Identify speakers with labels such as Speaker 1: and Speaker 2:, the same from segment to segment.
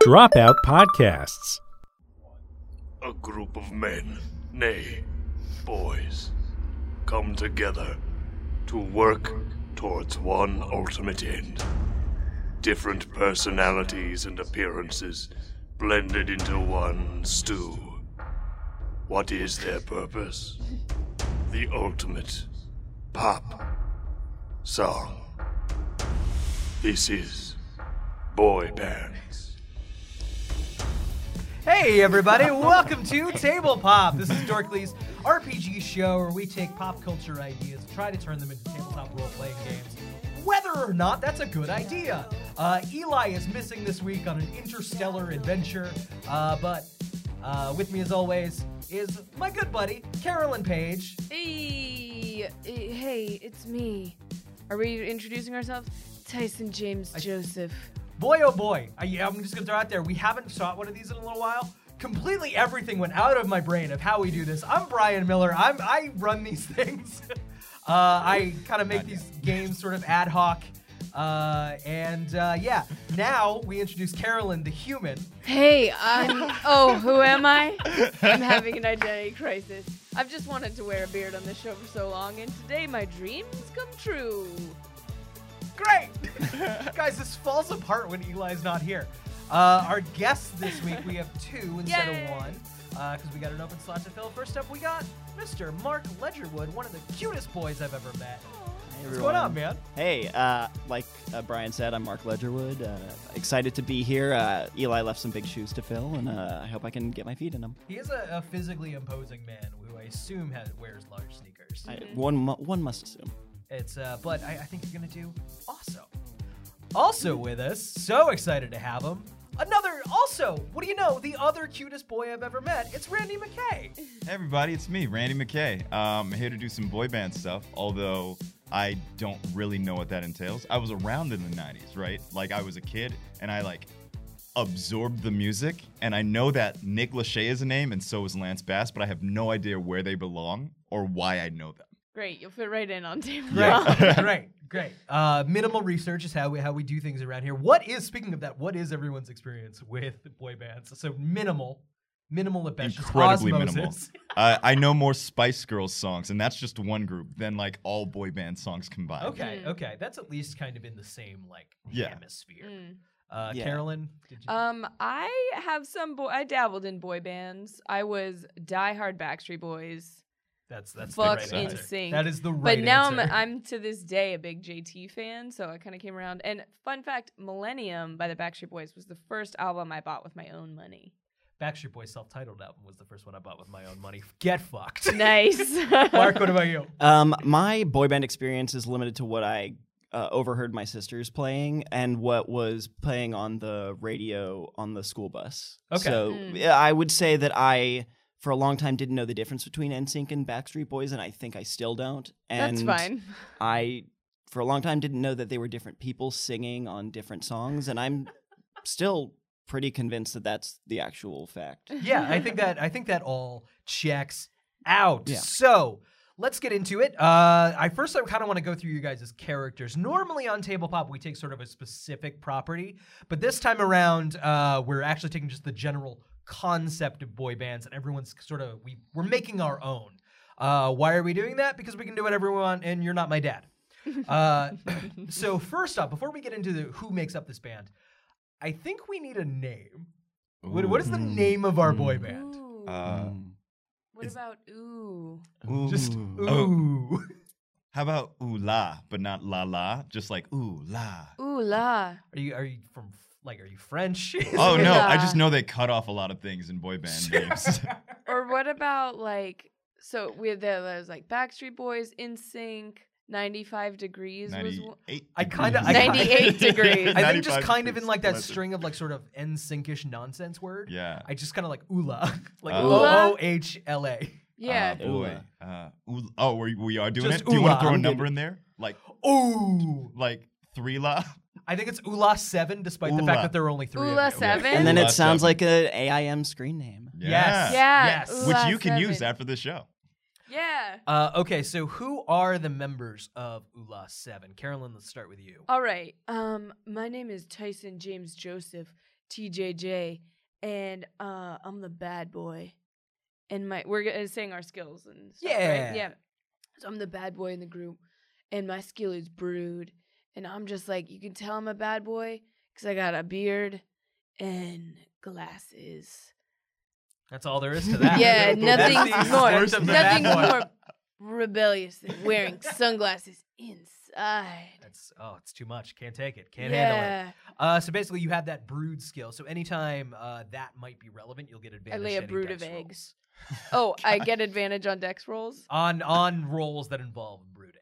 Speaker 1: Dropout Podcasts.
Speaker 2: A group of men, nay, boys, come together to work towards one ultimate end. Different personalities and appearances blended into one stew. What is their purpose? The ultimate pop song. This is Boy Bands.
Speaker 3: Hey everybody, welcome to Table Pop. This is Dorkly's RPG show where we take pop culture ideas and try to turn them into tabletop role-playing games. Whether or not that's a good idea. Uh, Eli is missing this week on an interstellar adventure, uh, but uh, with me as always is my good buddy Carolyn Page.
Speaker 4: Hey, eh, hey, it's me. Are we introducing ourselves? Tyson James Joseph.
Speaker 3: Boy oh boy, I, I'm just gonna throw out there we haven't shot one of these in a little while. Completely everything went out of my brain of how we do this. I'm Brian Miller. I'm I run these things. uh, I kind of make these games sort of ad hoc. Uh, and uh, yeah, now we introduce Carolyn the human.
Speaker 4: Hey, I'm. oh, who am I? I'm having an identity crisis. I've just wanted to wear a beard on this show for so long, and today my dreams come true.
Speaker 3: Great, guys. This falls apart when Eli's not here. Uh, our guests this week we have two instead
Speaker 4: Yay.
Speaker 3: of one because we got an open slot to fill. First up, we got Mr. Mark Ledgerwood, one of the cutest boys I've ever met.
Speaker 5: Hey,
Speaker 3: What's going
Speaker 5: everyone.
Speaker 3: on, man?
Speaker 5: Hey, uh, like uh, Brian said, I'm Mark Ledgerwood. Uh, excited to be here. Uh, Eli left some big shoes to fill, and uh, I hope I can get my feet in them.
Speaker 3: He is a, a physically imposing man who I assume has, wears large sneakers.
Speaker 5: I,
Speaker 4: Mm-hmm.
Speaker 5: one, mu- one must assume.
Speaker 3: It's uh, but I, I think you're gonna do also. Also with us, so excited to have him. Another also, what do you know? The other cutest boy I've ever met. It's Randy McKay.
Speaker 6: Hey everybody, it's me, Randy McKay. Um, I'm here to do some boy band stuff, although I don't really know what that entails. I was around in the 90s, right? Like I was a kid and I like absorbed the music and I know that Nick Lachey is a name and so is Lance Bass, but I have no idea where they belong or why I know them.
Speaker 4: Great, you'll fit right in on table.
Speaker 3: Great, great, great. Uh, minimal research is how we how we do things around here. What is speaking of that? What is everyone's experience with boy bands? So minimal, minimal at best. just
Speaker 6: Incredibly
Speaker 3: osmosis.
Speaker 6: minimal. Uh, I know more Spice Girls songs, and that's just one group, than like all boy band songs combined.
Speaker 3: Okay,
Speaker 4: Mm.
Speaker 3: okay, that's at least kind of in the same like
Speaker 6: Yeah.
Speaker 3: hemisphere.
Speaker 4: Mm.
Speaker 3: Uh,
Speaker 5: Yeah.
Speaker 3: Carolyn, did you?
Speaker 4: Um, I have some boy. I dabbled in boy bands. I was diehard Backstreet Boys,
Speaker 3: that's that's
Speaker 4: fuck
Speaker 3: the right answer.
Speaker 4: NSYNC.
Speaker 3: That is the right
Speaker 4: but now
Speaker 3: answer.
Speaker 4: I'm I'm to this day a big JT fan. So I kind of came around. And fun fact, Millennium by the Backstreet Boys was the first album I bought with my own money.
Speaker 3: Backstreet Boys self-titled album was the first one I bought with my own money. Get fucked.
Speaker 4: Nice.
Speaker 3: Mark, what about you?
Speaker 5: Um, my boy band experience is limited to what I uh, overheard my sisters playing and what was playing on the radio on the school bus.
Speaker 3: Okay.
Speaker 5: So
Speaker 4: Mm.
Speaker 5: yeah, I would say that I, for a long time, didn't know the difference between NSYNC and Backstreet Boys, and I think I still don't. And
Speaker 4: That's fine.
Speaker 5: I, for a long time, didn't know that they were different people singing on different songs, and I'm still pretty convinced that that's the actual fact.
Speaker 3: Yeah, I think that I think that all checks out.
Speaker 5: Yeah.
Speaker 3: So let's get into it. Uh, I first I kind of want to go through you guys as characters. Normally on Table Pop we take sort of a specific property, but this time around uh, we're actually taking just the general concept of boy bands, and everyone's sort of we we're making our own. Uh, why are we doing that? Because we can do whatever we want, and you're not my dad. Uh, so first off, before we get into the who makes up this band, I think we need a name. What, what is the
Speaker 5: Ooh.
Speaker 3: name of our boy
Speaker 5: Mm.
Speaker 3: band?
Speaker 4: Ooh.
Speaker 6: Uh,
Speaker 4: what
Speaker 6: is-
Speaker 4: about ooh?
Speaker 3: Just
Speaker 5: Ooh.
Speaker 6: Oh.
Speaker 3: ooh.
Speaker 6: How about ooh la, but not la la, just like ooh la.
Speaker 4: Ooh la.
Speaker 3: Are you are you from like are you French?
Speaker 6: Oh no, I
Speaker 4: Yeah.
Speaker 6: just know they cut off a lot of things in boy band names.
Speaker 4: Or what about like so we had there was like Backstreet Boys, In Sync, 95 degrees was one-
Speaker 6: 98.
Speaker 3: I kinda-
Speaker 4: I kinda- 98 degrees.
Speaker 3: I think just
Speaker 6: 95
Speaker 3: kind of in like that
Speaker 6: degrees.
Speaker 3: string of like sort of NSYNC-ish nonsense word.
Speaker 6: Yeah.
Speaker 3: I just kind of like oola, like
Speaker 6: Uh,
Speaker 3: O O H L A.
Speaker 4: yeah.
Speaker 6: Uh, boy. Uh, ooh- oh, we, we are doing
Speaker 3: Just
Speaker 6: it. Do you want
Speaker 3: ooh-la.
Speaker 6: to throw a
Speaker 3: I'm
Speaker 6: number in there? Like
Speaker 3: Ooh,
Speaker 6: like three la.
Speaker 3: I think it's oola seven, despite the fact
Speaker 6: Oola.
Speaker 3: that there are only three. of
Speaker 4: Oola
Speaker 3: you.
Speaker 4: seven?
Speaker 5: And then it
Speaker 6: Last
Speaker 5: sounds
Speaker 6: album.
Speaker 5: like an AIM screen name.
Speaker 3: Yes.
Speaker 4: yeah.
Speaker 3: Yes.
Speaker 4: ooh
Speaker 6: Which
Speaker 4: la
Speaker 6: you can use
Speaker 4: seven.
Speaker 6: after the show.
Speaker 4: Yeah.
Speaker 3: Uh, okay, so who are the members of Oola Seven? Carolyn, let's start with you.
Speaker 4: All right. Um, my name is Tyson James Joseph, TJJ, and uh, I'm the bad boy. And my we're gonna- saying our skills and stuff, right?
Speaker 3: Yeah.
Speaker 4: yeah. So I'm the bad boy in the group, and my skill is brood, and I'm just like you can tell I'm a bad boy because I got a beard and glasses.
Speaker 3: That's all there is to that.
Speaker 4: Yeah, nothing
Speaker 3: That's the
Speaker 4: more,
Speaker 3: extent of the bad
Speaker 4: nothing
Speaker 3: boy.
Speaker 4: more rebellious than wearing sunglasses inside.
Speaker 3: That's oh, it's too much. Can't take it. Can't handle it. Uh, so basically, you have that brood skill. So anytime uh, that might be relevant, you'll get advantage.
Speaker 4: lay
Speaker 3: to
Speaker 4: a
Speaker 3: any
Speaker 4: brood
Speaker 3: dex
Speaker 4: of
Speaker 3: rolls.
Speaker 4: eggs. Oh, I get advantage on dex rolls.
Speaker 3: on on rolls that involve brooding.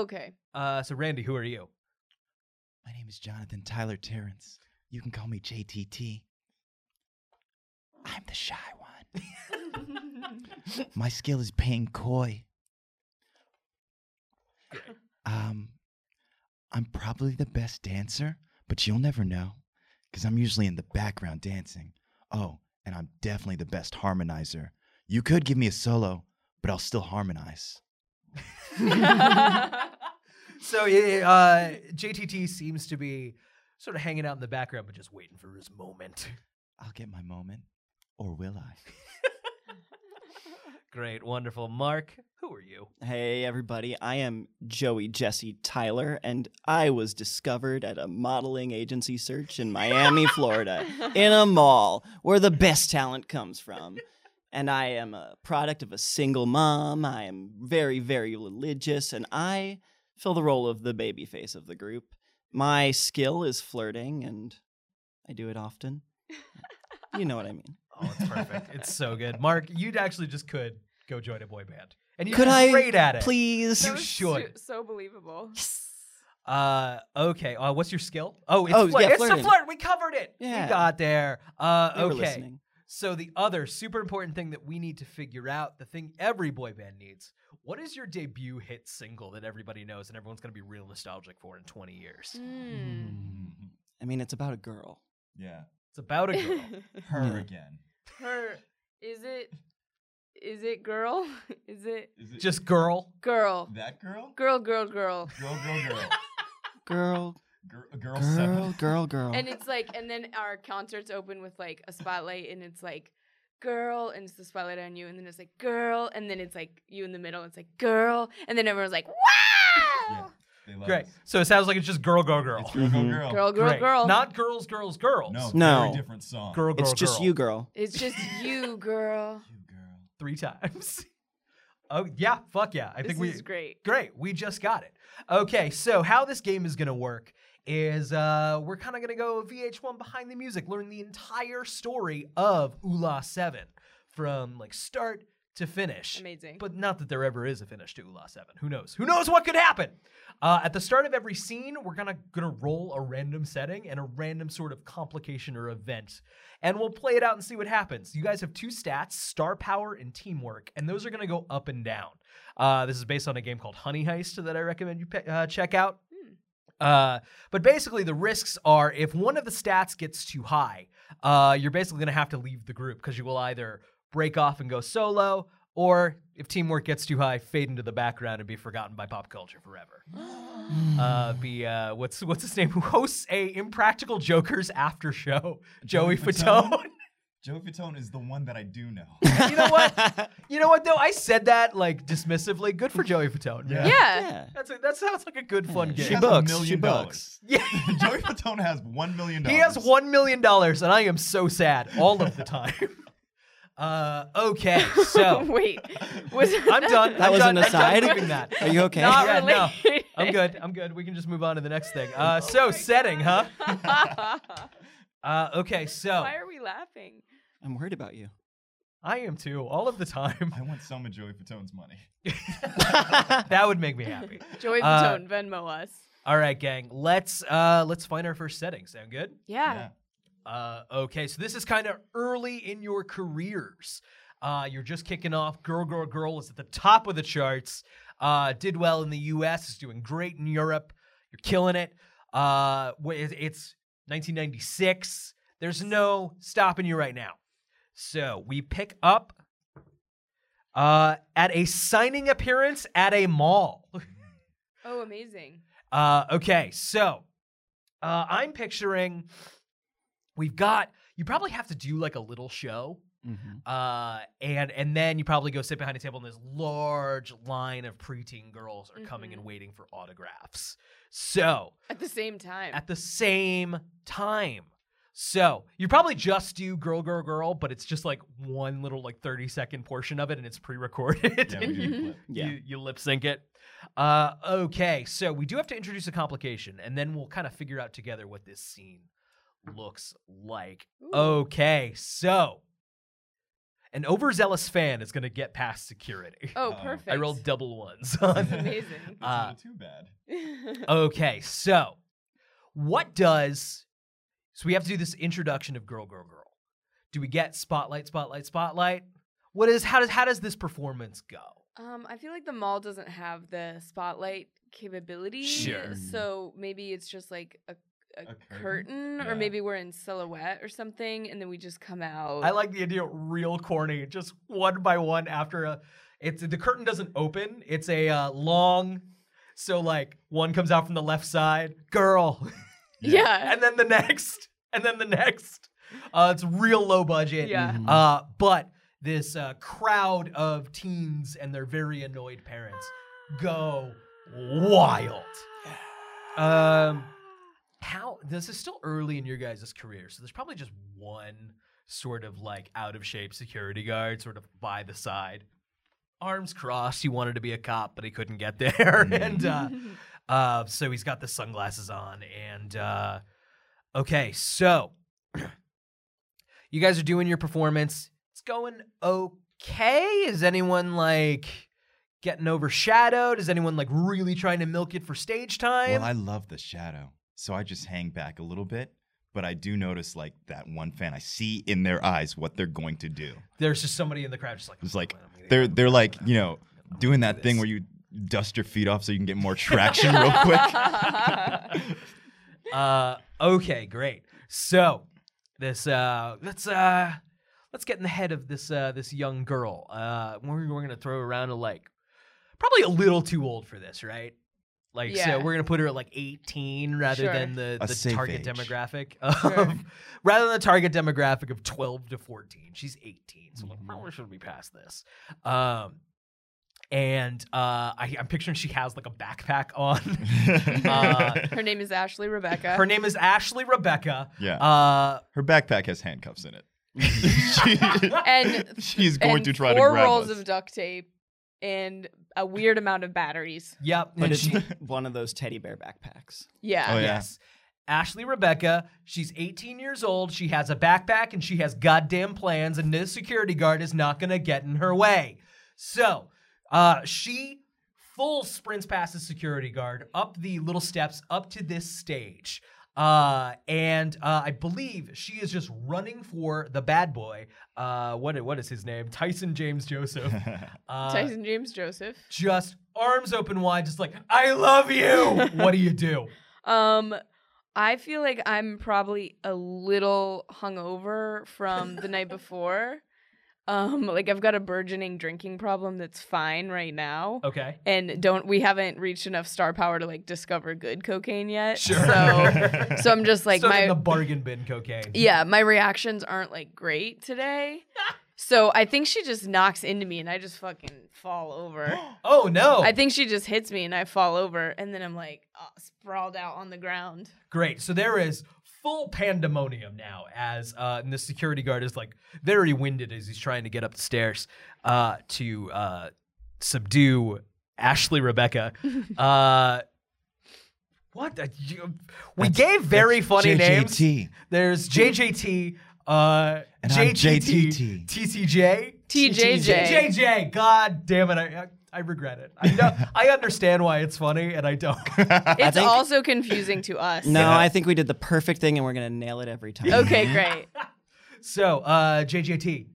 Speaker 4: okay.
Speaker 3: Uh, so Randy, who are you?
Speaker 6: My name is Jonathan Tyler Terrence. You can call me JTT. I'm the shy one. My skill is paying coy. Um, I'm probably the best dancer, but you'll never know because I'm usually in the background dancing. Oh, and I'm definitely the best harmonizer. You could give me a solo, but I'll still harmonize.
Speaker 3: So yeah, uh, JTT seems to be sort of hanging out in the background, but just waiting for his moment.
Speaker 6: I'll get my moment, or will I?
Speaker 3: Great, wonderful. Mark, who are you?
Speaker 5: Hey, everybody. I am Joey Jesse Tyler, and I was discovered at a modeling agency search in Miami, Florida, in a mall where the best talent comes from. And I am a product of a single mom. I am very, very religious, and I fill the role of the baby face of the group. My skill is flirting, and I do it often. You know what I mean.
Speaker 3: Oh, it's perfect. it's so good. Mark, you actually just could go join a boy band, and you're
Speaker 5: Could I
Speaker 3: great at it.
Speaker 5: Please.
Speaker 3: You should.
Speaker 4: So, so believable.
Speaker 3: Uh, okay. Uh, what's your skill? Oh, it's
Speaker 5: Oh,
Speaker 3: flirt.
Speaker 5: yeah,
Speaker 3: it's the
Speaker 5: flirting.
Speaker 3: flirt. We covered it.
Speaker 5: Yeah.
Speaker 3: We got there. Uh,
Speaker 5: They were
Speaker 3: okay.
Speaker 5: listening.
Speaker 3: So the other super important thing that we need to figure out, the thing every boy band needs, what is your debut hit single that everybody knows and everyone's going to be real nostalgic for in 20 years?
Speaker 4: Hmm.
Speaker 5: I mean, it's about a girl.
Speaker 6: Yeah.
Speaker 3: It's about a girl.
Speaker 5: Her
Speaker 6: again.
Speaker 4: Her is it is it girl? Is it
Speaker 6: Is it
Speaker 3: Just girl.
Speaker 4: girl?
Speaker 6: that girl?
Speaker 4: Girl, girl, girl.
Speaker 6: Girl, girl, girl.
Speaker 5: Girl,
Speaker 6: Girl, girl,
Speaker 5: girl, girl,
Speaker 3: Oh.
Speaker 5: girl.
Speaker 4: And it's like and then our concerts open with like a spotlight and it's like girl and it's the spotlight on you and then it's like girl and then it's like you in the middle it's like girl and then everyone's like wow
Speaker 6: They love
Speaker 3: Great.
Speaker 6: us.
Speaker 3: So it sounds like it's just girl, girl, girl.
Speaker 6: It's girl, girl,
Speaker 5: Mhm.
Speaker 6: girl.
Speaker 4: girl girl
Speaker 3: Oh, Great.
Speaker 4: girl
Speaker 3: Not girls, girls, girls.
Speaker 6: Mm-hmm. No,
Speaker 5: No.
Speaker 6: very different song.
Speaker 3: Girl, girl,
Speaker 5: it's just
Speaker 3: girl.
Speaker 5: you, girl.
Speaker 4: it's just you girl
Speaker 6: You girl.
Speaker 3: Three times. oh, yeah. Fuck yeah. I
Speaker 4: this
Speaker 3: think we.
Speaker 4: is great
Speaker 3: Great. We just got it. Okay. So, how this game is going to work is uh, we're kind of going to go VH1 behind the music, learn the entire story of Ula 7 from like start to finish.
Speaker 4: amazing
Speaker 3: But not that there ever is a finish to Ula 7. Who knows? Who knows what could happen? Uh, at the start of every scene, we're gonna gonna roll a random setting and a random sort of complication or event, and we'll play it out and see what happens. You guys have two stats: star power and teamwork, and those are gonna go up and down. Uh, this is based on a game called Honey Heist that I recommend you pe- uh, check out. Uh, but basically, the risks are if one of the stats gets too high, uh, you're basically going to have to leave the group because you will either break off and go solo, or if teamwork gets too high, fade into the background and be forgotten by pop culture forever. uh, be uh, what's what's his name? Who hosts a Impractical Jokers after show? Joey
Speaker 6: Joey
Speaker 3: Fatone.
Speaker 6: Fatone? Joe Fatone is the one that I do know.
Speaker 3: you know what? You know what though? I said that like dismissively. Good for Joey Fatone. man.
Speaker 6: Yeah.
Speaker 4: yeah
Speaker 5: Yeah.
Speaker 3: That's a, that sounds like a good fun
Speaker 5: She
Speaker 6: has
Speaker 3: game.
Speaker 6: a
Speaker 5: books,
Speaker 6: million
Speaker 5: she
Speaker 6: dollars.
Speaker 3: Yeah.
Speaker 6: Joey Fatone has one million dollars.
Speaker 3: He has one million dollars, and I am so sad all of the time. uh, okay, so
Speaker 4: wait was
Speaker 3: I'm done.
Speaker 5: That was
Speaker 3: I'm done.
Speaker 5: an aside.
Speaker 3: I'm done leaving that.
Speaker 5: Are you okay?
Speaker 3: Not
Speaker 4: Not
Speaker 3: Yeah, no.
Speaker 4: related. Oh
Speaker 3: I'm good. I'm good. We can just move on to the next thing. Uh, so setting, huh? Uh, okay, so
Speaker 4: Why are we laughing?
Speaker 5: I'm worried about you.
Speaker 3: I am too all of the time.
Speaker 6: I want some of Joey Fatone's money.
Speaker 3: that would make me happy.
Speaker 4: Joey
Speaker 3: Uh,
Speaker 4: Fatone, Venmo us.
Speaker 3: All right, gang. Let's uh, let's find our first setting. Sound good?
Speaker 4: Yeah.
Speaker 3: Uh, okay, so this is kind of early in your careers. Uh, you're just kicking off. Girl, Girl, Girl is at the top of the charts. Uh, did well in the U.S. is doing great in Europe. You're killing it. Uh, wh- it- it's 1996. There's no stopping you right now. So we pick up uh, at a signing appearance at a mall.
Speaker 4: Oh, amazing.
Speaker 3: Uh, okay, so uh, I'm picturing we've got you probably have to do like a little show uh, and and then you probably go sit behind a table, and this large line of preteen girls are coming and waiting for autographs. So
Speaker 4: At the same time.
Speaker 3: at the same time, so you probably just do girl, girl, girl, but it's just like one little like thirty second portion of it, and it's pre recorded.
Speaker 6: Yeah, we do the clip.
Speaker 5: Yeah.
Speaker 3: You, you lip sync it. Uh, okay, so we do have to introduce a complication, and then we'll kind of figure out together what this scene looks like. oh, Okay, so an overzealous fan is going to get past security.
Speaker 4: oh,
Speaker 6: um, I
Speaker 4: perfect.
Speaker 3: I rolled double ones.
Speaker 4: That's
Speaker 3: on-
Speaker 4: amazing.
Speaker 6: It's
Speaker 3: Uh,
Speaker 6: not too bad.
Speaker 3: okay, so what does. So we have to do this introduction of Girl, Girl, Girl. Do we get spotlight, spotlight, spotlight? What is how does how does this performance go?
Speaker 4: um, I feel like the mall doesn't have the spotlight capability.
Speaker 3: Sure.
Speaker 4: So maybe it's just like a, a,
Speaker 6: A curtain?
Speaker 4: curtain,
Speaker 6: Yeah.
Speaker 4: or maybe we're in silhouette or something, and then we just come out.
Speaker 3: I like the idea real corny, just one by one after a it's the curtain doesn't open. It's a uh, long so like one comes out from the left side, girl,
Speaker 4: yeah.
Speaker 3: and then the next, and then the next. Uh, it's real low budget.
Speaker 4: Yeah.
Speaker 5: Mhm.
Speaker 3: Uh, but this uh, crowd of teens and their very annoyed parents go wild. Um, how this is still early in your guys' career, so there's probably just one sort of like out of shape security guard sort of by the side. Arms crossed, he wanted to be a cop, but he couldn't get there. and uh, uh, so he's got the sunglasses on. And uh, okay, so you guys are doing your performance. It's going okay. Is anyone like getting overshadowed? Is anyone like really trying to milk it for stage time?
Speaker 6: Well, I love the shadow, so I just hang back a little bit. But I do notice, like that one fan, I see in their eyes what they're going to do.
Speaker 3: There's just somebody in the crowd just like
Speaker 6: It's like
Speaker 3: "I'm gonna get
Speaker 6: they're
Speaker 3: out."
Speaker 6: they're like you know doing
Speaker 3: do
Speaker 6: that thing
Speaker 3: this.
Speaker 6: where you dust your feet off so you can get more traction real quick.
Speaker 3: uh, okay, great. So this uh, let's uh, let's get in the head of this uh, this young girl. Uh, we're we're gonna throw her around to like probably a little too old for this, right? Like
Speaker 4: Yeah.
Speaker 3: so, we're gonna put her at like 18 rather
Speaker 4: Sure.
Speaker 3: than the,
Speaker 6: A
Speaker 3: the
Speaker 6: safe
Speaker 3: target
Speaker 6: age.
Speaker 3: demographic of
Speaker 4: Sure.
Speaker 3: rather than the target demographic of 12 to 14. She's 18, so like,
Speaker 6: Mm-hmm.
Speaker 3: probably should be past this. Um, and uh, I, I'm picturing she has like a backpack on. Uh,
Speaker 4: Her name is Ashley Rebecca.
Speaker 3: Her name is Ashley Rebecca.
Speaker 6: yeah,
Speaker 3: Uh,
Speaker 6: her backpack has handcuffs in it. She-
Speaker 4: and
Speaker 6: she's going
Speaker 4: and
Speaker 6: to try to
Speaker 4: four
Speaker 6: grab
Speaker 4: rolls
Speaker 6: us.
Speaker 4: of duct tape and a weird amount of batteries.
Speaker 3: yep.
Speaker 5: But
Speaker 3: and
Speaker 5: it's
Speaker 3: she-
Speaker 5: one of those teddy bear backpacks.
Speaker 4: Yeah.
Speaker 6: Oh, yeah.
Speaker 3: yes. Ashley Rebecca, she's 18 years old. She has a backpack and she has goddamn plans, and this security guard is not going to get in her way. So uh, she full sprints past the security guard up the little steps up to this stage. Uh, and uh, I believe she is just running for the bad boy. Uh, what, what is his name? Tyson James Joseph.
Speaker 6: Oh,
Speaker 3: Uh,
Speaker 4: Tyson James Joseph.
Speaker 3: just arms open wide, just like, I love you. what do you do?
Speaker 4: Um, I feel like I'm probably a little hungover from the night before. Um, like I've got a burgeoning drinking problem that's fine right now.
Speaker 6: Oh.
Speaker 3: Okay.
Speaker 4: And don't we haven't reached enough star power to like discover good cocaine yet.
Speaker 3: Sure.
Speaker 4: So so I'm just like
Speaker 3: Still
Speaker 4: my
Speaker 3: in the bargain bin cocaine.
Speaker 4: yeah, my reactions aren't like great today. so I think she just knocks into me and I just fucking fall over.
Speaker 3: Oh no.
Speaker 4: I think she just hits me and I fall over and then I'm like uh, sprawled out on the ground.
Speaker 3: Great. So there is full pandemonium now as uh and the security guard is like very winded as he's trying to get up the stairs uh to uh subdue Ashley Rebecca. uh what the, you, we gave very funny names.
Speaker 6: JJT.
Speaker 3: There's JJT, uh,
Speaker 6: And I'm
Speaker 3: JTT,
Speaker 6: JTT.
Speaker 3: TCJ,
Speaker 4: TJJ.
Speaker 3: JJ. God damn it! I, I I regret it. I know. I understand why it's funny, and I don't.
Speaker 4: It's
Speaker 5: think-
Speaker 4: also confusing to us.
Speaker 5: No, I think we did the perfect thing, and we're gonna nail it every time.
Speaker 4: Okay, great.
Speaker 3: So, uh, JJT,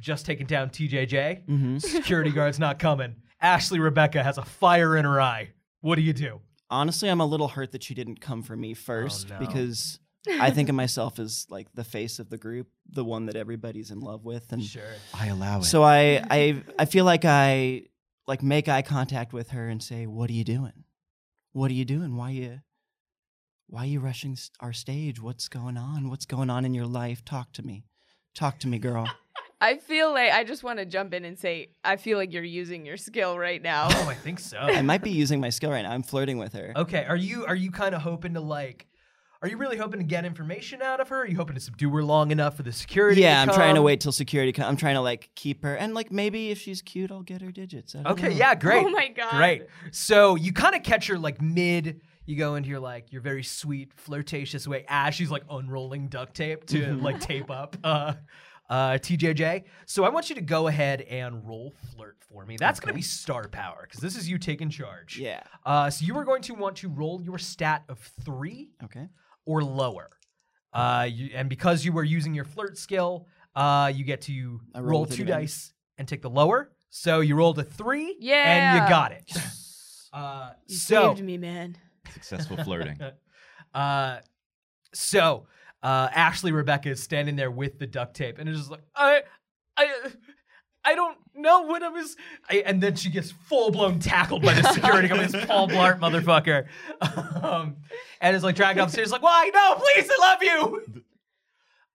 Speaker 3: just taken down TJJ.
Speaker 5: Mm-hmm.
Speaker 3: Security guard's not coming. Ashley Rebecca has a fire in her eye. What do you do?
Speaker 5: Honestly, I'm a little hurt that you didn't come for me first
Speaker 3: no.
Speaker 5: because I think of myself as like the face of the group, the one that everybody's in love with, and
Speaker 3: Sure.
Speaker 6: I allow it.
Speaker 5: so I, I, I feel like I like make eye contact with her and say, "What are you doing? What are you doing? Why you, Why are you rushing s- our stage? What's going on? What's going on in your life? Talk to me. Talk to me, girl.
Speaker 4: I feel like I just want to jump in and say I feel like you're using your skill right now.
Speaker 3: Oh, I think so.
Speaker 5: I might be using my skill right now. I'm flirting with her.
Speaker 3: Okay, are you are you kind of hoping to like? Are you really hoping to get information out of her? Are you hoping to subdue her long enough for the security?
Speaker 5: Yeah, I'm trying to
Speaker 3: come?
Speaker 5: wait till security comes. I'm trying to like keep her, and like maybe if she's cute, I'll get her digits. I don't
Speaker 3: Okay,
Speaker 5: know.
Speaker 3: yeah, great.
Speaker 4: Oh my god.
Speaker 3: Great. So you kind of catch her like mid. You go into your like your very sweet flirtatious way as she's like unrolling duct tape to
Speaker 4: Mm-hmm.
Speaker 3: like tape up uh, uh, TJJ. So I want you to go ahead and roll flirt for me. That's gonna be star power because this is you taking charge.
Speaker 5: Yeah.
Speaker 3: Uh, so you are going to want to roll your stat of three
Speaker 5: Okay.
Speaker 3: or lower.
Speaker 4: Hmm.
Speaker 3: Uh, you, and because you were using your flirt skill, uh, you get to
Speaker 5: I
Speaker 3: roll,
Speaker 5: roll with
Speaker 3: two
Speaker 5: advantage.
Speaker 3: dice and take the lower. So you rolled a three, and
Speaker 4: Yeah.
Speaker 3: you got it. Uh,
Speaker 4: You
Speaker 3: so,
Speaker 4: saved me, man.
Speaker 6: Successful flirting.
Speaker 3: uh, so uh, Ashley Rebecca is standing there with the duct tape, and is just like, I, I. I don't know what I was. I, and then she gets full blown tackled by the security guard, this Paul Blart motherfucker. Um, and is like dragged off the stage, like, why? No, please, I love you.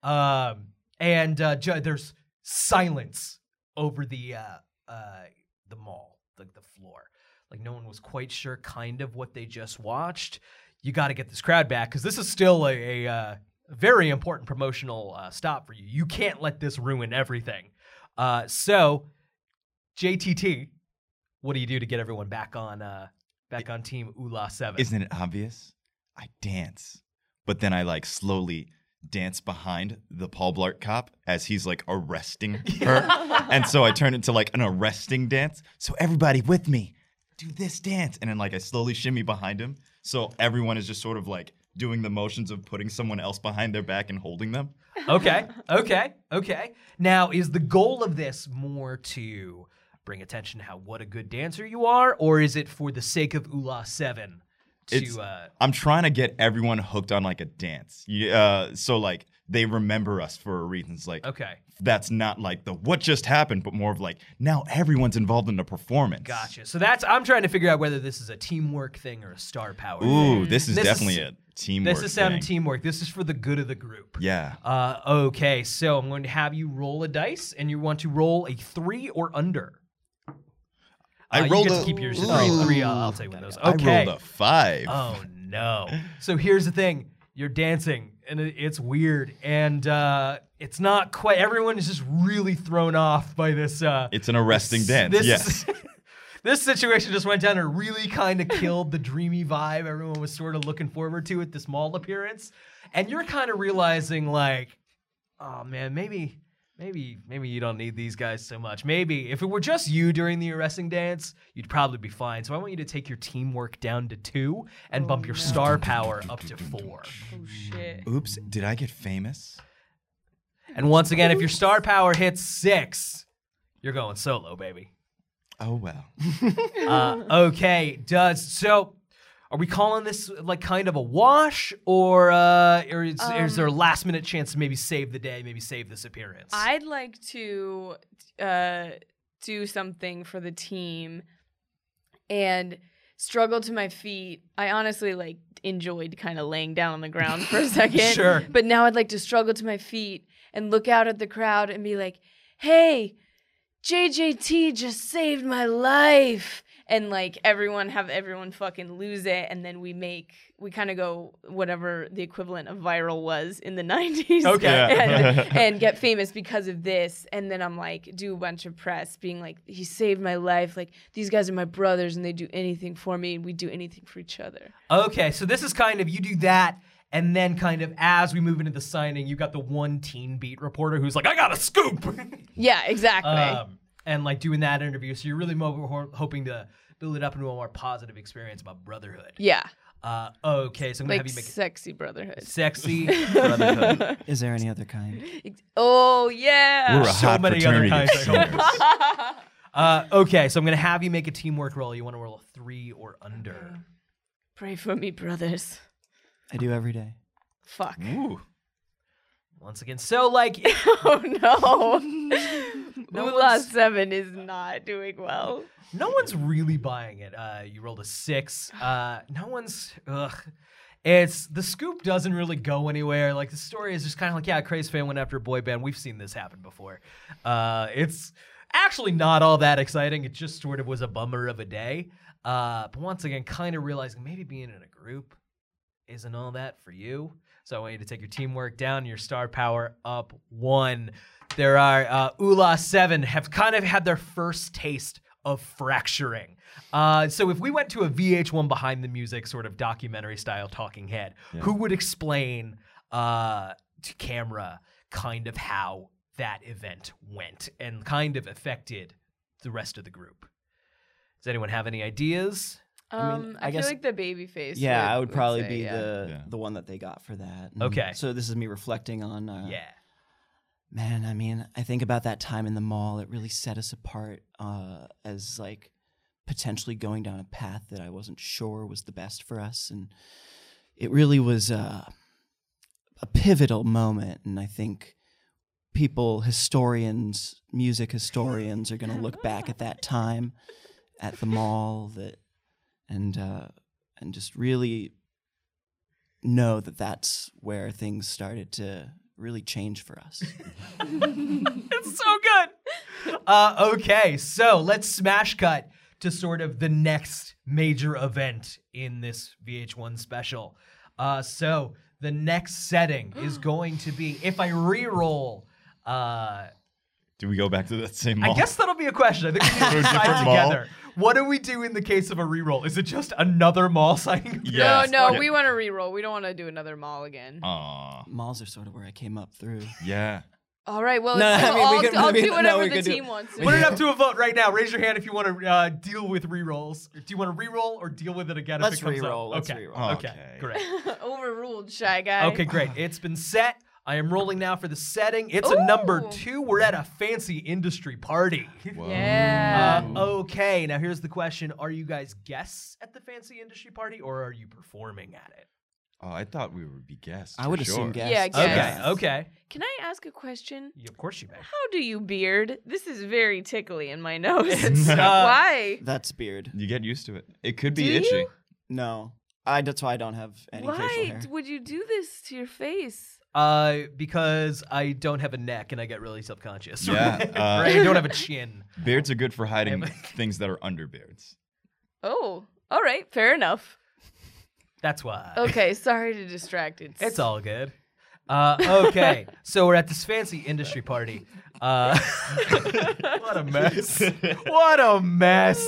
Speaker 3: Um, and uh, ju- there's silence over the uh, uh, the mall, like the floor. Like no one was quite sure, kind of what they just watched. You got to get this crowd back because this is still a, a uh, very important promotional uh, stop for you. You can't let this ruin everything. Uh, so, JTT, what do you do to get everyone back on uh, back on Team Ula Seven?
Speaker 6: Isn't it obvious? I dance, but then I like slowly dance behind the Paul Blart cop as he's like arresting her. and so I turn into like an arresting dance. So everybody with me, do this dance. And then like I slowly shimmy behind him. So everyone is just sort of like doing the motions of putting someone else behind their back and holding them.
Speaker 3: okay, okay, okay. Now, is the goal of this more to bring attention to how what a good dancer you are, or is it for the sake of Ula Seven to?
Speaker 6: It's-
Speaker 3: uh,
Speaker 6: I'm trying to get everyone hooked on like a dance. You- Uh, so like they remember us for a reason. It's like
Speaker 3: okay,
Speaker 6: that's not like the what just happened, but more of like now everyone's involved in the performance.
Speaker 3: gotcha. So that's I'm trying to figure out whether this is a teamwork thing or a star power. thing.
Speaker 6: Ooh,
Speaker 4: Mm.
Speaker 6: this is
Speaker 3: This
Speaker 6: definitely
Speaker 3: is-
Speaker 6: a teamwork.
Speaker 3: This is sounding
Speaker 6: thing.
Speaker 3: teamwork. This is for the good of the group.
Speaker 6: Yeah.
Speaker 3: Uh, okay, so I'm going to have you roll a dice, and you want to roll a three or under. Uh,
Speaker 6: I rolled
Speaker 3: you get
Speaker 6: a,
Speaker 3: to keep yours.
Speaker 6: Ooh.
Speaker 3: Three, three. Uh, I'll take one of those.
Speaker 6: I
Speaker 3: Okay.
Speaker 6: rolled a five.
Speaker 3: Oh no! So here's the thing: you're dancing, and it, it's weird, and uh, it's not quite. Everyone is just really thrown off by this. Uh,
Speaker 6: It's an arresting
Speaker 3: s-
Speaker 6: dance. yes.
Speaker 3: this situation just went down and really kind of killed the dreamy vibe everyone was sort of looking forward to at this mall appearance, and you're kind of realizing like, oh man, maybe. Maybe maybe you don't need these guys so much. Maybe if it were just you during the arresting dance, you'd probably be fine. So I want you to take your teamwork down to two and bump your star power up to four.
Speaker 4: Oh shit.
Speaker 6: Oops, did I get famous?
Speaker 3: And once again, if your star power hits six, you're going solo, baby.
Speaker 6: Oh well.
Speaker 3: Uh, okay, does so. Are we calling this like kind of a wash, or uh, or is, or is there a last minute chance to maybe save the day, maybe save this appearance?
Speaker 4: I'd like to uh, do something for the team and struggle to my feet. I honestly like enjoyed kind of laying down on the ground for a second.
Speaker 3: Sure.
Speaker 4: But now I'd like to struggle to my feet and look out at the crowd and be like, hey, JJT just saved my life. And like everyone have everyone fucking lose it. And then we make, we kind of go whatever the equivalent of viral was in the 90s.
Speaker 3: Okay.
Speaker 6: Yeah.
Speaker 4: and, and get famous because of this. And then I'm like, do a bunch of press, being like, he saved my life. Like, these guys are my brothers and they do anything for me and we do anything for each other.
Speaker 3: Okay, so this is kind of you do that, and then kind of as we move into the signing, you got the one teen beat reporter who's like, "I got a scoop,"
Speaker 4: Yeah, exactly.
Speaker 3: um, and like doing that interview. So you're really mo- ho- hoping to build it up into a more positive experience about brotherhood.
Speaker 4: yeah.
Speaker 3: Uh, okay, so I'm gonna
Speaker 4: Like
Speaker 3: have you make it
Speaker 4: sexy brotherhood.
Speaker 3: sexy.
Speaker 5: Is there any other kind?
Speaker 4: Ex- Oh, yeah.
Speaker 6: We're a
Speaker 3: So
Speaker 6: hot
Speaker 3: many other
Speaker 6: fraternity
Speaker 3: kinds
Speaker 6: of
Speaker 3: of
Speaker 6: sinners.
Speaker 3: Uh, okay, so I'm gonna have you make a teamwork roll. You want to roll a three or under.
Speaker 4: Pray for me, brothers.
Speaker 5: I do every day.
Speaker 4: Fuck.
Speaker 6: Ooh.
Speaker 3: Once again, so like,
Speaker 4: Oh, no.
Speaker 3: No
Speaker 4: Ula
Speaker 3: one's-
Speaker 4: 7 is not doing well.
Speaker 3: no one's really buying it. Uh, you rolled a six. Uh, no one's. Ugh. It's the scoop doesn't really go anywhere. Like the story is just kind of like, yeah, a crazy fan went after a boy band. We've seen this happen before. Uh, it's actually not all that exciting. It just sort of was a bummer of a day. Uh, but once again, kind of realizing maybe being in a group isn't all that for you. So I want you to take your teamwork down, your star power up one. There are uh, Ula Seven have kind of had their first taste of fracturing. Uh, so if we went to a VH1 behind the music sort of documentary style talking head, who would explain uh, to camera kind of how that event went and kind of affected the rest of the group? Does anyone have any ideas?
Speaker 4: Um,
Speaker 5: I
Speaker 4: I,
Speaker 5: mean,
Speaker 4: feel
Speaker 5: I guess-
Speaker 4: like the baby face.
Speaker 5: Yeah, I would probably
Speaker 4: say,
Speaker 5: be
Speaker 4: yeah.
Speaker 5: the
Speaker 6: Yeah.
Speaker 5: the one that they got for that.
Speaker 3: Okay.
Speaker 5: So this is me reflecting on. Uh,
Speaker 3: Yeah.
Speaker 5: Man, I mean, I think about that time in the mall. It really set us apart uh, as like potentially going down a path that I wasn't sure was the best for us, and it really was uh, a pivotal moment. And I think people, historians, music historians, are going to look back at that time at the mall that and uh, and just really know that that's where things started to really change for us.
Speaker 3: It's so good. Uh, okay, so let's smash cut to sort of the next major event in this VH1 special. Uh, so the next setting is going to be if I re-roll. Uh,
Speaker 6: Do we go back to that same mall?
Speaker 3: I guess that'll be a question. I think we need to
Speaker 6: a
Speaker 3: decide
Speaker 6: different mall?
Speaker 3: together. What do we do in the case of a re-roll? Is it just another mall signing?
Speaker 4: No,
Speaker 6: Yes.
Speaker 4: no,
Speaker 6: Yeah.
Speaker 4: we want to re-roll. We don't want to do another mall again.
Speaker 3: Uh,
Speaker 6: Aw.
Speaker 5: Malls are sort of where I came up through.
Speaker 6: Yeah.
Speaker 4: All right. Well,
Speaker 5: No,
Speaker 4: it's-
Speaker 5: I mean, we
Speaker 4: I'll,
Speaker 5: could-
Speaker 4: I'll
Speaker 5: we-
Speaker 4: do
Speaker 5: no,
Speaker 4: whatever
Speaker 5: we
Speaker 4: the
Speaker 5: could do-
Speaker 4: team wants. to
Speaker 3: Put
Speaker 4: do.
Speaker 3: it up to a vote right now. Raise your hand if you want to uh, deal with re-rolls. Do you want to re-roll or deal with it again?
Speaker 5: Let's
Speaker 3: if it comes
Speaker 5: re-roll,
Speaker 3: Up?
Speaker 5: let's
Speaker 3: okay.
Speaker 6: Oh,
Speaker 5: re-roll.
Speaker 3: Okay.
Speaker 6: Okay.
Speaker 3: Great.
Speaker 4: Overruled, shy guy.
Speaker 3: Okay, great. It's been set. I am rolling now for the setting. It's a
Speaker 4: Ooh.
Speaker 3: number two. We're at a fancy industry party.
Speaker 6: Whoa.
Speaker 4: Yeah.
Speaker 5: Mm.
Speaker 3: Uh, okay, now here's the question: Are you guys guests at the fancy industry party, or are you performing at it?
Speaker 6: Oh, I thought we would be guests.
Speaker 5: I
Speaker 6: for
Speaker 5: would
Speaker 6: sure.
Speaker 5: assume guess.
Speaker 4: Yeah,
Speaker 3: Okay,
Speaker 4: Yes.
Speaker 3: okay.
Speaker 4: Can I ask a question?
Speaker 3: Yeah, of course you may.
Speaker 4: How do you beard? This is very tickly in my nose.
Speaker 3: It's, uh,
Speaker 4: Why?
Speaker 5: That's beard.
Speaker 6: You get used to it. It could be
Speaker 4: Do
Speaker 6: itchy.
Speaker 4: you?
Speaker 5: No, I, that's why I don't have any facial
Speaker 4: Why
Speaker 5: hair.
Speaker 4: would you do this to your face?
Speaker 3: Uh, because I don't have a neck and I get really self-conscious.
Speaker 6: Yeah,
Speaker 3: right?
Speaker 6: uh,
Speaker 3: Right? I don't have a chin.
Speaker 6: Beards are good for hiding
Speaker 3: Yeah,
Speaker 6: things that are under beards.
Speaker 4: Oh, all right, fair enough.
Speaker 3: That's why.
Speaker 4: Okay, sorry to distract. It's,
Speaker 3: It's all good. Uh, okay, so we're at this fancy industry party. Uh, what a mess! What a mess!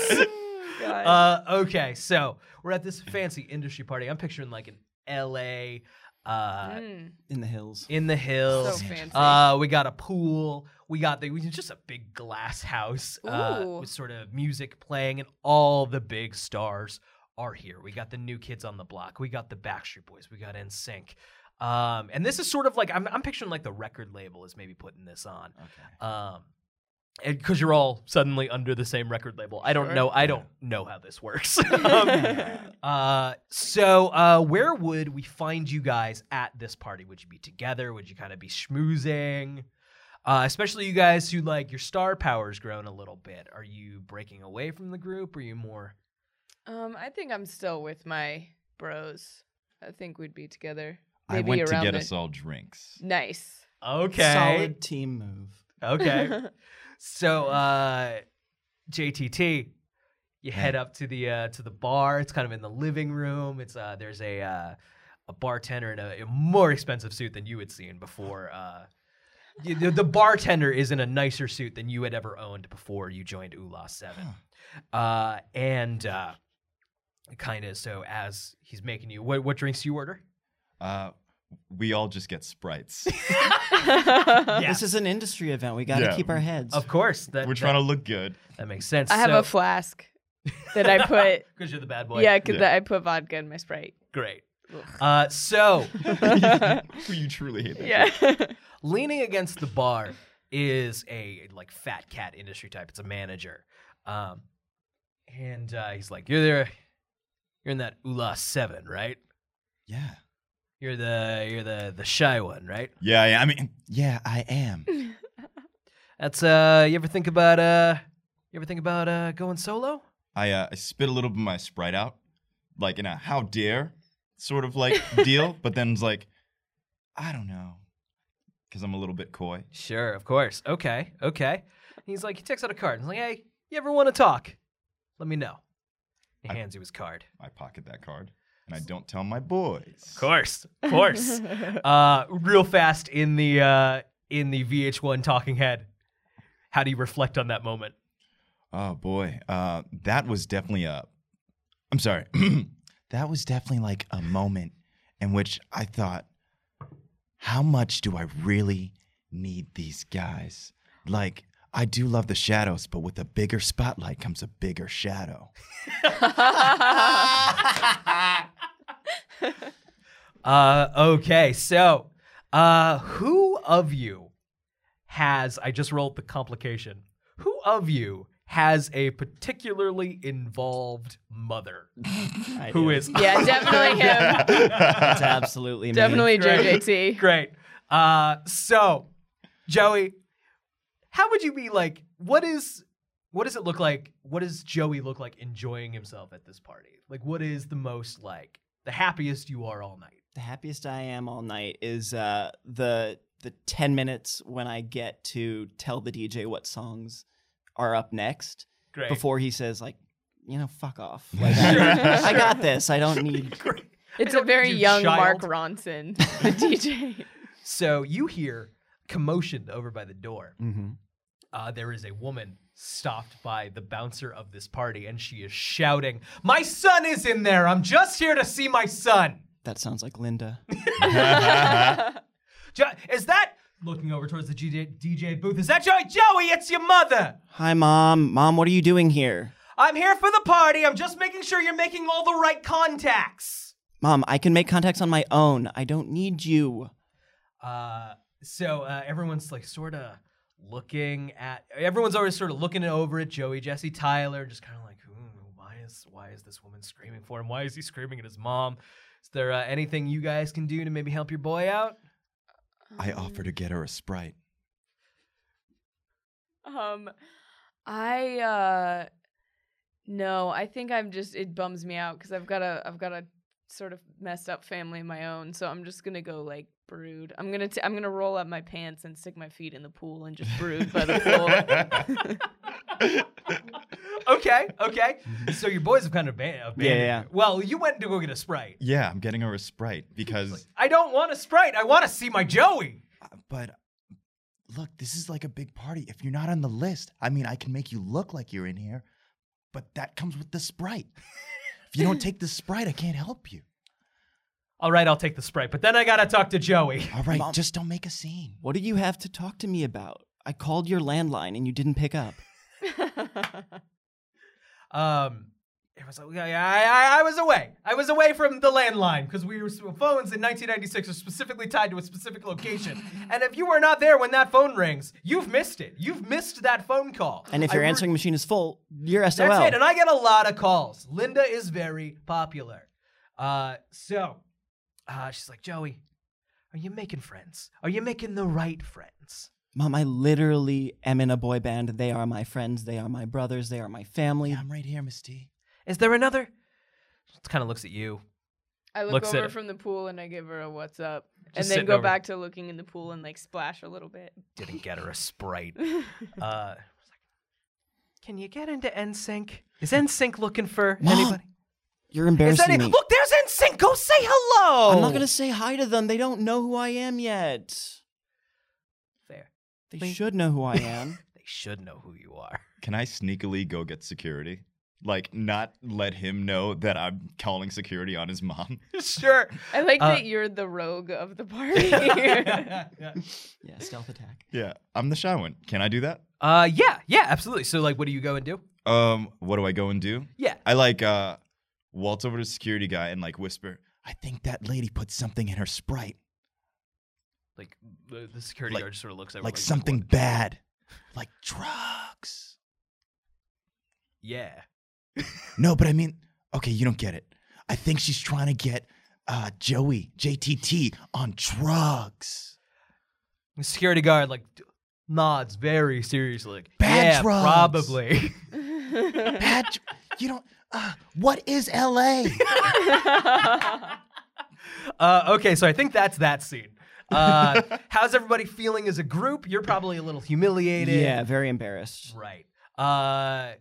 Speaker 4: God.
Speaker 3: Uh, okay, so we're at this fancy industry party. I'm picturing like an L.A. Uh,
Speaker 4: Mm,
Speaker 5: In the hills.
Speaker 3: in the hills.
Speaker 4: So fancy.
Speaker 3: Uh, we got a pool. We got the we just a big glass house uh,
Speaker 4: Ooh.
Speaker 3: with sort of music playing, and all the big stars are here. We got the new kids on the block. We got the Backstreet Boys. We got NSYNC. Um, and this is sort of like I'm, I'm picturing like the record label is maybe putting this on.
Speaker 6: Okay.
Speaker 3: Um, because you're all suddenly under the same record label. I don't
Speaker 4: Sure.
Speaker 3: know. I don't know how this works. Um, uh, so, uh, where would we find you guys at this party? Would you be together? Would you kind of be schmoozing? Uh, especially you guys who like your star power's grown a little bit. Are you breaking away from the group? Are you more?
Speaker 4: um, I think I'm still with my bros. I think we'd be together.
Speaker 6: I
Speaker 4: Maybe
Speaker 6: went to
Speaker 4: around
Speaker 6: get
Speaker 4: the-
Speaker 6: us all drinks.
Speaker 4: Nice.
Speaker 3: Okay.
Speaker 5: Solid team move.
Speaker 3: Okay. so uh JTT you head up to the uh to the bar. It's kind of in the living room. It's uh there's a uh a bartender in a, a more expensive suit than you had seen before. Uh y- the, the bartender is in a nicer suit than you had ever owned before you joined Ula 7. Uh and uh kind of so as he's making you what what drinks do you order?
Speaker 6: Uh, we all just get sprites.
Speaker 5: This is an industry event. We got to
Speaker 6: Yeah.
Speaker 5: keep our heads.
Speaker 3: Of course. That,
Speaker 6: We're trying to look good.
Speaker 3: that makes sense.
Speaker 4: I have a flask that I put.
Speaker 3: because you're the bad boy.
Speaker 4: yeah, because
Speaker 6: Yeah.
Speaker 4: I put vodka in my sprite.
Speaker 3: Great. Uh, so,
Speaker 6: you truly hate that.
Speaker 4: Yeah.
Speaker 3: leaning against the bar is a like fat cat industry type. It's a manager, um, and uh, he's like, "You're there. You're in that Ula Seven, right?
Speaker 6: Yeah.
Speaker 3: You're the you're the the shy one, right?
Speaker 6: Yeah. yeah I mean, yeah, I am.
Speaker 3: That's uh. You ever think about uh? You ever think about uh going solo?
Speaker 6: I uh, I spit a little bit of my sprite out, like in a how dare, sort of like deal, but then it's like, I don't know, because I'm a little bit coy.
Speaker 3: Sure, of course. Okay, okay. He's like, he takes out a card and he's like, hey, you ever want to talk? Let me know. He
Speaker 6: I-
Speaker 3: hands you his card.
Speaker 6: I pocket that card and I don't tell my boys.
Speaker 3: Of course, of course. uh, real fast in the uh, in the VH1 talking head. How do you reflect on that moment?
Speaker 6: Oh boy, uh, that was definitely a. I'm sorry. that was definitely like a moment in which I thought, how much do I really need these guys? Like, I do love the shadows, but with a bigger spotlight comes a bigger shadow.
Speaker 3: Uh, okay, so uh, who of you has? I just rolled the complication. Who of you has a particularly involved mother
Speaker 5: I
Speaker 3: who
Speaker 5: do.
Speaker 3: is
Speaker 4: yeah, definitely him.
Speaker 5: It's absolutely me.
Speaker 4: Definitely
Speaker 3: Great.
Speaker 4: JJT.
Speaker 3: Great. Uh, so, Joey, how would you be like? What is what does it look like? What does Joey look like enjoying himself at this party? Like, what is the most like the happiest you are all night?
Speaker 5: the happiest I am all night is uh, the the ten minutes when I get to tell the DJ what songs are up next
Speaker 3: Great.
Speaker 5: before he says like, you know, fuck off. Like, I, I got this. I don't need.
Speaker 4: It's
Speaker 3: I
Speaker 4: a
Speaker 3: don't
Speaker 4: very
Speaker 3: need you,
Speaker 4: young Mark
Speaker 3: child.
Speaker 4: Ronson, the DJ.
Speaker 3: So you hear commotion over by the door.
Speaker 6: Mm-hmm.
Speaker 5: Mhm.
Speaker 3: Uh, there is a woman stopped by the bouncer of this party, and she is shouting, "My son is in there! I'm just here to see my son."
Speaker 5: That sounds like Linda.
Speaker 3: Jo- is that looking over towards the DJ, DJ booth? Is that Joey? Joey, it's your mother.
Speaker 5: Hi, mom. Mom, what are you doing here?
Speaker 3: I'm here for the party. I'm just making sure you're making all the right contacts.
Speaker 5: Mom, I can make contacts on my own. I don't need you.
Speaker 3: Uh, so uh, everyone's like sort of looking at. Everyone's always sort of looking over at Joey, Jesse, Tyler, just kind of like, "Ooh, why is why is this woman screaming for him? Why is he screaming at his mom? Is there uh, anything you guys can do to maybe help your boy out?
Speaker 6: I offer to get her a sprite.
Speaker 4: Um, I uh, no, I think I'm just it bums me out because I've got a I've got a sort of messed up family of my own, so I'm just gonna go like brood. I'm gonna t- I'm gonna roll up my pants and stick my feet in the pool and just brood by the pool.
Speaker 3: Okay, okay. so your boys have kind of ban- abandoned.
Speaker 5: Yeah, yeah.
Speaker 3: you. Well, you went to go get a sprite.
Speaker 6: yeah, I'm getting her a sprite because.
Speaker 3: I don't want a sprite. I want to see my Joey.
Speaker 6: But look, this is like a big party. If you're not on the list, I mean, I can make you look like you're in here, but that comes with the sprite. if you don't take the sprite, I can't help you.
Speaker 3: All right, I'll take the sprite, but then I gotta talk to Joey.
Speaker 6: All right,
Speaker 5: Mom-
Speaker 6: just don't make a scene.
Speaker 5: What do you have to talk to me about? I called your landline and you didn't pick up.
Speaker 3: Um, it was like, I, I, I was away. I was away from the landline because we were phones in 1996 are specifically tied to a specific location. and if you were not there when that phone rings, you've missed it. You've missed that phone call.
Speaker 5: And if
Speaker 3: I
Speaker 5: your
Speaker 3: re-
Speaker 5: answering machine is full, you're SOL.
Speaker 3: That's it. And I get a lot of calls. Linda is very popular. Uh, so uh, she's like, Joey, are you making friends? Are you making the right friends?
Speaker 5: Mom, I literally am in a boy band. They are my friends. They are my brothers. They are my family.
Speaker 6: I'm right here, Miss T.
Speaker 3: Is there another? Just kind of looks at you.
Speaker 4: I look
Speaker 3: Looks at
Speaker 4: over
Speaker 3: it.
Speaker 4: from the pool and I give her a what's up,
Speaker 3: Just
Speaker 4: and then
Speaker 3: sitting
Speaker 4: go
Speaker 3: over.
Speaker 4: back to looking in the pool and like splash a little bit.
Speaker 3: Didn't get her a sprite. Uh, can you get into NSYNC? Is NSYNC looking for
Speaker 5: Mom,
Speaker 3: anybody?
Speaker 5: You're
Speaker 3: Is
Speaker 5: embarrassing
Speaker 3: any-
Speaker 5: me.
Speaker 3: Look, there's NSYNC. Go say hello.
Speaker 5: I'm not going to say hi to them. They don't know who I am yet.
Speaker 3: Fair.
Speaker 5: They
Speaker 3: Please.
Speaker 5: should know who I am.
Speaker 3: They should know who you are.
Speaker 6: Can I sneakily go get security? Like, not let him know that I'm calling security on his mom?
Speaker 3: sure.
Speaker 4: I like
Speaker 3: Uh,
Speaker 4: that you're the rogue of the party.
Speaker 5: yeah, stealth attack.
Speaker 6: yeah, I'm the shy one. Can I do that?
Speaker 3: Uh, yeah, yeah, absolutely. So, like, what do you go and do?
Speaker 6: Um, what do I go and do?
Speaker 3: Yeah.
Speaker 6: I like uh waltz over to the security guy and like whisper, I think that lady put something in her sprite.
Speaker 3: Like, the, the security
Speaker 6: Like-
Speaker 3: guard just sort of looks over.
Speaker 6: Like something bad. Like drugs.
Speaker 3: Yeah.
Speaker 6: No, but I mean, okay, you don't get it. I think she's trying to get uh Joey, JTT, on drugs.
Speaker 3: The security guard, like, d- nods very seriously. Like,
Speaker 6: Bad
Speaker 3: yeah,
Speaker 6: drugs."
Speaker 3: probably.
Speaker 6: Bad dr- you don't uh what is LA?
Speaker 3: Uh, okay, so I think that's that scene. Uh, how's everybody feeling as a group? You're probably a little humiliated.
Speaker 5: Yeah, very embarrassed.
Speaker 3: Right. Uh,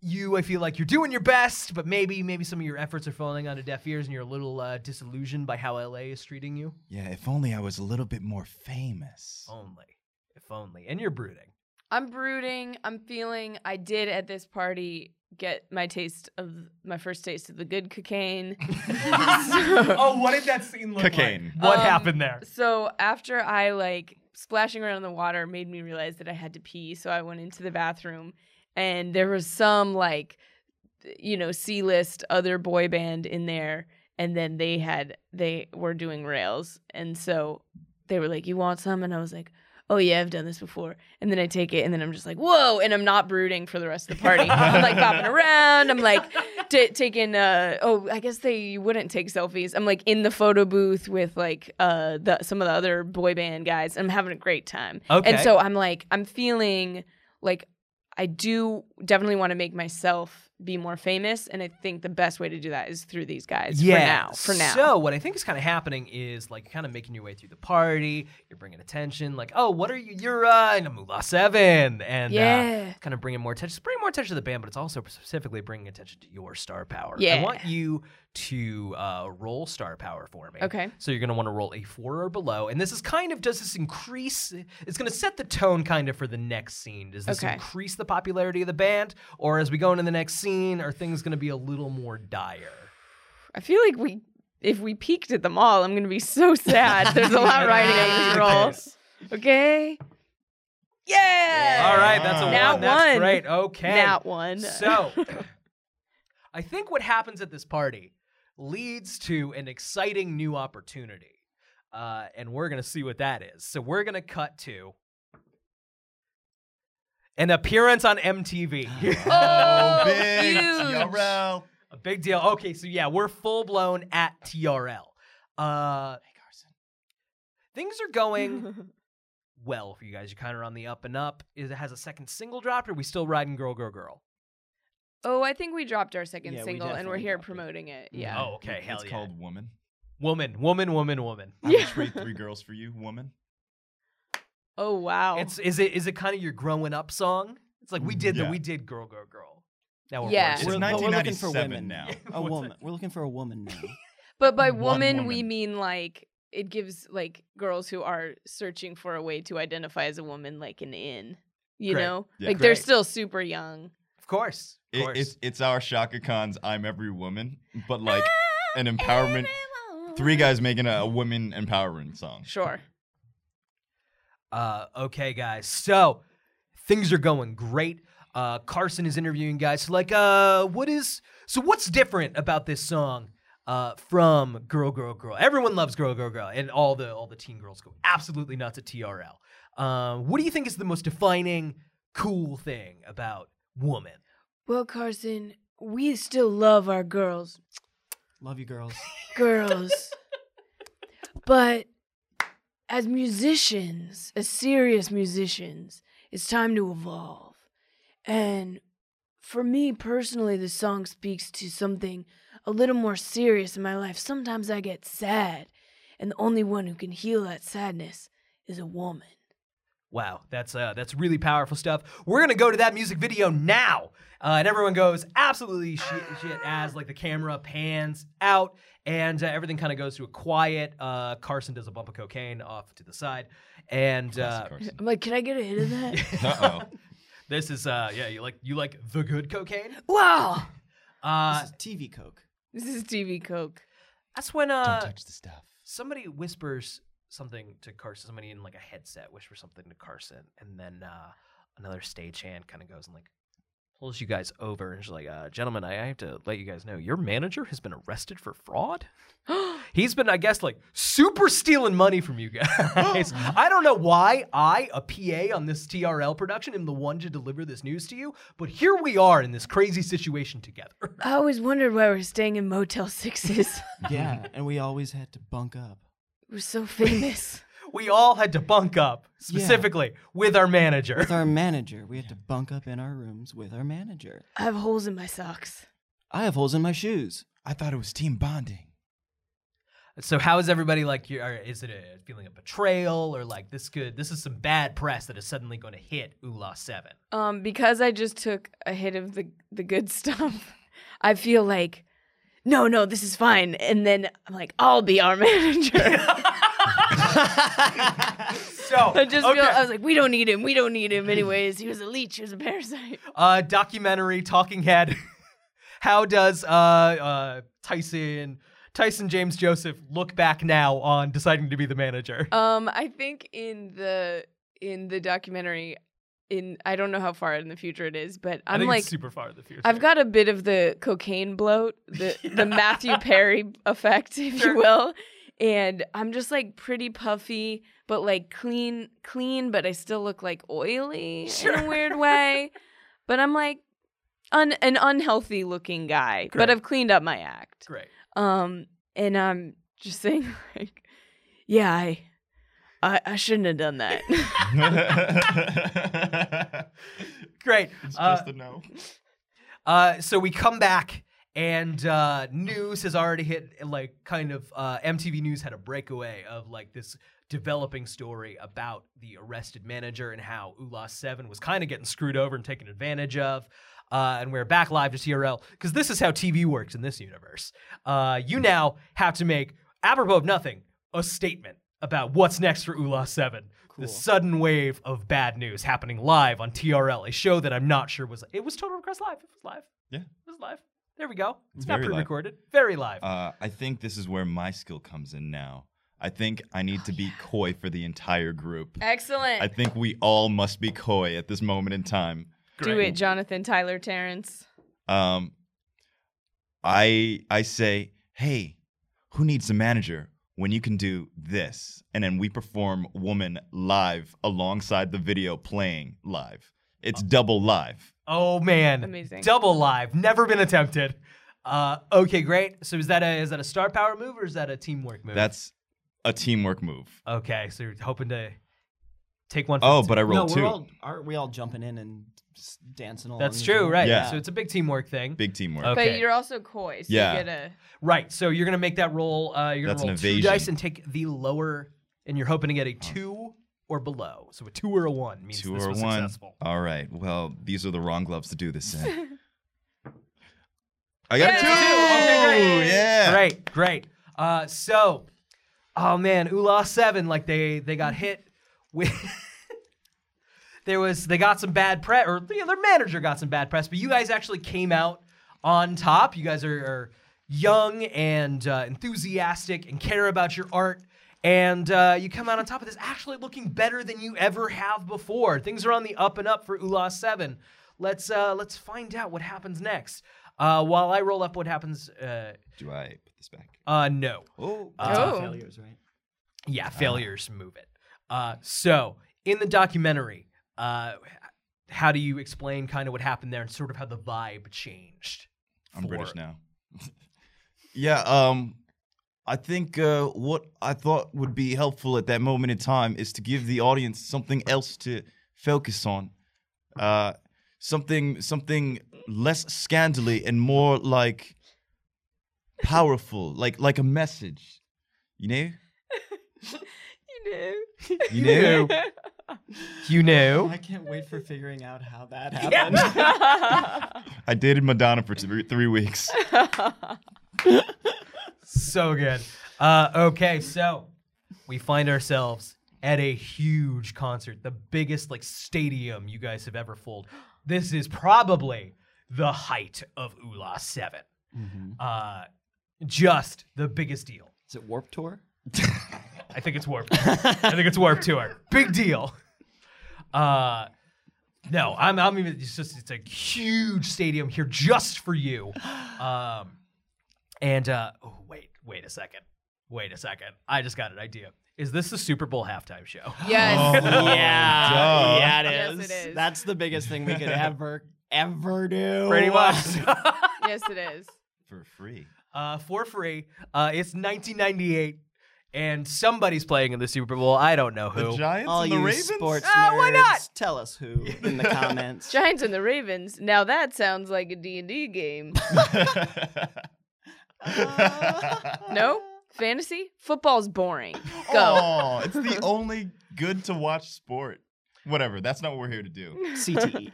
Speaker 3: you, I feel like you're doing your best, but maybe maybe some of your efforts are falling on deaf ears, and you're a little uh, disillusioned by how LA is treating you.
Speaker 6: Yeah, if only I was a little bit more famous.
Speaker 3: Only, if only, and you're brooding.
Speaker 4: I'm brooding. I'm feeling I did at this party get my taste of my first taste of the good cocaine.
Speaker 3: oh, what did that scene look
Speaker 6: Cocaine.
Speaker 3: like? What
Speaker 4: Um,
Speaker 3: happened there?
Speaker 4: So after I like splashing around in the water made me realize that I had to pee, so I went into the bathroom and there was some like you know, C list other boy band in there and then they had they were doing rails and so they were like, You want some? And I was like Oh yeah, I've done this before, and then I take it, and then I'm just like, whoa! And I'm not brooding for the rest of the party. I'm like bopping around. I'm like t- taking. Uh, oh, I guess they you wouldn't take selfies. I'm like in the photo booth with like uh, the, some of the other boy band guys. I'm having a great time.
Speaker 3: Okay.
Speaker 4: And so I'm like, I'm feeling like I do definitely want to make myself be more famous. And I think the best way to do that is through these guys for now. For now.
Speaker 3: So what I think is kind of happening is like kind of making your way through the party. You're bringing attention. Like, oh, what are you? You're uh, in a Moolah Seven, and
Speaker 4: Yeah.
Speaker 3: uh, kind of bringing more attention. It's bringing more attention to the band, but it's also specifically bringing attention to your star power. I
Speaker 4: Yeah.
Speaker 3: want you to uh, roll star power for me.
Speaker 4: Okay.
Speaker 3: So you're gonna want to roll a four or below, and this is kind of does this increase? It's gonna set the tone kind of for the next scene. Does this
Speaker 4: Okay.
Speaker 3: increase the popularity of the band, or as we go into the next scene, are things gonna be a little more dire?
Speaker 4: I feel like we, if we peaked at them all, I'm going to be so sad. There's a lot riding on this roll. Okay. Yeah.
Speaker 3: All right, that's a one.
Speaker 4: Nat
Speaker 3: That's
Speaker 4: one.
Speaker 3: great. Okay.
Speaker 4: That one.
Speaker 3: So, I think what happens at this party leads to an exciting new opportunity. Uh, and we're going to see what that is. So, we're going to cut to an appearance on MTV.
Speaker 4: oh,
Speaker 6: Big
Speaker 4: huge.
Speaker 6: TRL.
Speaker 3: a big deal. Okay, so yeah, we're full blown at TRL. Uh, hey, Carson. Things are going well for you guys. You're kind of on the up and up. Is it has a second single dropped? Or are we still riding Girl, Girl, Girl?
Speaker 4: Oh, I think we dropped our second
Speaker 5: Yeah, we
Speaker 4: single and we're
Speaker 5: definitely
Speaker 4: here
Speaker 5: dropped it.
Speaker 4: promoting it. Yeah.
Speaker 3: Oh, okay. Hell
Speaker 6: it's
Speaker 3: yeah.
Speaker 6: called Woman.
Speaker 3: Woman, woman, woman, woman.
Speaker 6: I
Speaker 4: Yeah.
Speaker 6: would trade three girls for you, Woman.
Speaker 4: Oh, wow.
Speaker 3: It's is it is it kind of your growing up song? It's like we did the
Speaker 6: Mm, Yeah.
Speaker 3: we did girl girl girl. Now we're
Speaker 4: Yeah.
Speaker 3: horses.
Speaker 6: It's
Speaker 5: We're, but we're looking for
Speaker 6: 1997
Speaker 5: women
Speaker 6: now.
Speaker 5: A
Speaker 3: What's
Speaker 5: woman. We're looking for a woman now.
Speaker 4: but by
Speaker 6: one
Speaker 4: woman, we
Speaker 6: woman.
Speaker 4: mean like it gives like girls who are searching for a way to identify as a woman like an in. You
Speaker 3: Great.
Speaker 4: know?
Speaker 6: Yeah.
Speaker 4: Like they're
Speaker 3: Great.
Speaker 4: still super young.
Speaker 3: Of course. Of
Speaker 6: It,
Speaker 3: course.
Speaker 6: it's, it's our Shaka Khan's I'm Every Woman, but like an empowerment. Three guys making a, a women empowerment song.
Speaker 4: Sure.
Speaker 3: uh okay guys. So things are going great. Uh Carson is interviewing guys. So like uh what is so what's different about this song? Uh, from Girl Girl Girl. Everyone loves Girl Girl Girl and all the all the teen girls go absolutely nuts at TRL. Um, what do you think is the most defining cool thing about woman?
Speaker 4: Well, Carson, we still love our girls.
Speaker 5: Love you, girls.
Speaker 4: Girls. but as musicians, as serious musicians, it's time to evolve. And for me personally, the song speaks to something a little more serious in my life. Sometimes I get sad, and the only one who can heal that sadness is a woman.
Speaker 3: Wow, that's uh, that's really powerful stuff. We're gonna go to that music video now, uh, and everyone goes absolutely shit, shit as like the camera pans out, and uh, everything kind of goes to a quiet. Uh, Carson does a bump of cocaine off to the side, and uh,
Speaker 4: I'm like, can I get a hit of that?
Speaker 6: Uh oh.
Speaker 3: this is uh, yeah, you like you like the good cocaine.
Speaker 4: wow!
Speaker 3: Uh,
Speaker 5: this is TV Coke.
Speaker 4: This is TV Coke.
Speaker 3: that's when uh,
Speaker 6: the stuff.
Speaker 3: somebody whispers something to Carson. Somebody in like a headset whispers something to Carson, and then uh, another stagehand kind of goes and like pulls you guys over, and she's like, uh, "Gentlemen, I, I have to let you guys know your manager has been arrested for fraud. He's been, I guess, like super stealing money from you guys. I don't know why I, a PA on this TRL production, am the one to deliver this news to you, but here we are in this crazy situation together."
Speaker 4: I always wondered why we're staying in Motel Sixes.
Speaker 5: Yeah, and we always had to bunk up.
Speaker 4: we're so famous.
Speaker 3: We all had to bunk up specifically with our manager.
Speaker 5: With our manager, we had to bunk up in our rooms with our manager.
Speaker 4: I have holes in my socks.
Speaker 5: I have holes in my shoes.
Speaker 6: I thought it was team bonding.
Speaker 3: So how is everybody like? you- Or is it a feeling of betrayal or like this could this is some bad press that is suddenly going to hit Ula Seven?
Speaker 4: Um, because I just took a hit of the the good stuff, I feel like, no, no, this is fine. And then I'm like, I'll be our manager.
Speaker 3: So
Speaker 4: I just feel I was like, we don't need him. We don't need him. Anyways, he was a leech. He was a parasite.
Speaker 3: uh, documentary Talking Head. How does uh, uh, Tyson Tyson James Joseph look back now on deciding to be the manager?
Speaker 4: Um, I think in the in the documentary, in I don't know how far in the future it is, but
Speaker 3: I
Speaker 4: I'm
Speaker 3: think
Speaker 4: like.
Speaker 3: it's super far in the future.
Speaker 4: I've got a bit of the cocaine bloat, the, the Matthew Perry effect, if
Speaker 3: Sure.
Speaker 4: you will. And I'm just like pretty puffy, but like clean, clean, but I still look like oily in a weird way. but I'm like un- an unhealthy looking guy,
Speaker 3: Great.
Speaker 4: but I've cleaned up my act.
Speaker 3: great.
Speaker 4: Um, and I'm just saying, like, yeah, I, I, I shouldn't have done that.
Speaker 3: Great.
Speaker 6: it's
Speaker 3: Uh,
Speaker 6: just a no.
Speaker 3: Uh, so we come back, and uh, news has already hit. Like, kind of, uh, MTV News had a breakaway of like this developing story about the arrested manager and how Ula Seven was kind of getting screwed over and taken advantage of. Uh, and we're back live to TRL because this is how TV works in this universe. Uh, you now have to make apropos of nothing a statement about what's next for Ula Seven. The sudden wave of bad news happening live on TRL, a show that I'm not sure was it was Total Request Live. It was live.
Speaker 6: Yeah.
Speaker 3: It was live. There we go. It's not
Speaker 6: Very live.
Speaker 3: pre-recorded. Very live.
Speaker 6: Uh, I think this is where my skill comes in now. I think I need to be coy for the entire group.
Speaker 4: Excellent.
Speaker 6: I think we all must be coy at this moment in time.
Speaker 4: Do it, Jonathan Tyler Terrence.
Speaker 6: Um, I I say, hey, who needs a manager when you can do this? And then we perform "Woman" live alongside the video playing live. It's double live.
Speaker 3: oh man.
Speaker 4: Amazing.
Speaker 3: Double live. Never been attempted. Uh, okay, great. So is that a is that a star power move or is that a teamwork move?
Speaker 6: That's a teamwork move.
Speaker 3: okay. So you're hoping to take one. For
Speaker 6: Oh,
Speaker 3: the
Speaker 6: but I
Speaker 3: team.
Speaker 6: rolled
Speaker 5: no,
Speaker 6: two.
Speaker 5: we're all aren't we all jumping in and s- dancing along?
Speaker 3: that's
Speaker 5: as
Speaker 3: true,
Speaker 5: well?
Speaker 3: right?
Speaker 6: Yeah.
Speaker 3: So it's a big teamwork thing.
Speaker 6: Big teamwork.
Speaker 3: Okay.
Speaker 4: But you're also coy, so
Speaker 6: Yeah.
Speaker 4: you get a
Speaker 3: Right. So you're gonna make that roll. Uh, you're
Speaker 6: That's
Speaker 3: gonna
Speaker 6: an
Speaker 3: roll two
Speaker 6: evasion.
Speaker 3: dice and take the lower, and you're hoping to get a two or below. So a two or a one means
Speaker 6: two
Speaker 3: this
Speaker 6: or
Speaker 3: was
Speaker 6: one.
Speaker 3: successful.
Speaker 6: All right. Well, these are the wrong gloves to do this in. I got a two.
Speaker 3: Okay,
Speaker 6: Oh, yeah.
Speaker 3: Great, great. Uh, so, oh man, Ula Seven, like they they got hit with. there was they got some bad press, or you know, their manager got some bad press, but you guys actually came out on top. You guys are, are young and uh, enthusiastic and care about your art. And uh, you come out on top of this, actually looking better than you ever have before. Things are on the up and up for Ula Seven. Let's uh, let's find out what happens next. Uh, while I roll up, what happens? Uh,
Speaker 6: Do I put this back?
Speaker 3: uh, no.
Speaker 6: Oh.
Speaker 5: That's all
Speaker 4: Oh.
Speaker 5: failures, right?
Speaker 3: Yeah, failures move it. Uh, so in the documentary, uh, how do you explain kind of what happened there and sort of how the vibe changed?
Speaker 6: I'm British
Speaker 3: for-
Speaker 6: now. yeah, um I think uh, what I thought would be helpful at that moment in time is to give the audience something else to focus on. Uh something something less scandally and more like powerful, like like a message. You know?
Speaker 4: you know.
Speaker 6: You know?
Speaker 3: You knew.
Speaker 5: I can't wait for figuring out how that happened.
Speaker 6: I dated Madonna for three, three weeks.
Speaker 3: so good. Uh, okay, so we find ourselves at a huge concert, the biggest like stadium you guys have ever fooled. This is probably the height of Ula 7. Uh, just the biggest deal.
Speaker 5: Is it Warp Tour?
Speaker 3: I think it's Warp. I think it's Warp Tour. Big deal. Uh, no, I'm, I'm even. It's just it's a huge stadium here just for you. Um, and uh, oh, wait, wait a second, wait a second. I just got an idea. Is this the Super Bowl halftime show?
Speaker 4: yes.
Speaker 3: Oh.
Speaker 5: yeah,
Speaker 6: duh.
Speaker 5: yeah, it
Speaker 4: Yes,
Speaker 5: is.
Speaker 4: it is.
Speaker 5: Oh That's the biggest thing we could ever, ever do.
Speaker 3: Pretty much
Speaker 4: Yes, it is.
Speaker 6: For free.
Speaker 3: uh, for free. Uh, it's 1998, and somebody's playing in the Super Bowl. I don't know who.
Speaker 6: The Giants
Speaker 5: All
Speaker 6: and the
Speaker 5: you
Speaker 6: Ravens?
Speaker 5: sports
Speaker 3: Ah,
Speaker 5: nerds,
Speaker 3: why not?
Speaker 5: tell us who in the comments.
Speaker 4: Giants and the Ravens. Now that sounds
Speaker 5: Uh.
Speaker 4: like a D&D game. No? Fantasy? Football's boring. Go.
Speaker 6: Oh, it's the only good to watch sport. Whatever. That's not what we're here to do.
Speaker 5: CTE.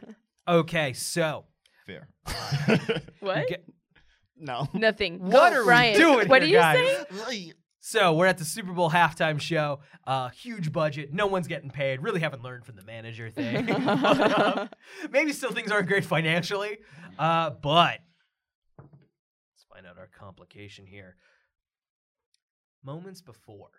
Speaker 3: Okay, so
Speaker 6: Fair.
Speaker 4: What?
Speaker 3: Get-
Speaker 5: No.
Speaker 4: Nothing.
Speaker 3: What
Speaker 4: Go,
Speaker 3: are we
Speaker 4: Ryan.
Speaker 3: doing
Speaker 4: What
Speaker 3: here,
Speaker 4: do you
Speaker 3: guys?
Speaker 4: say?
Speaker 3: so we're at the Super Bowl halftime show. Uh, huge budget. No one's getting paid. Really haven't learned from the manager thing. Maybe still things aren't great financially, uh, but let's find out our complication here. Moments before,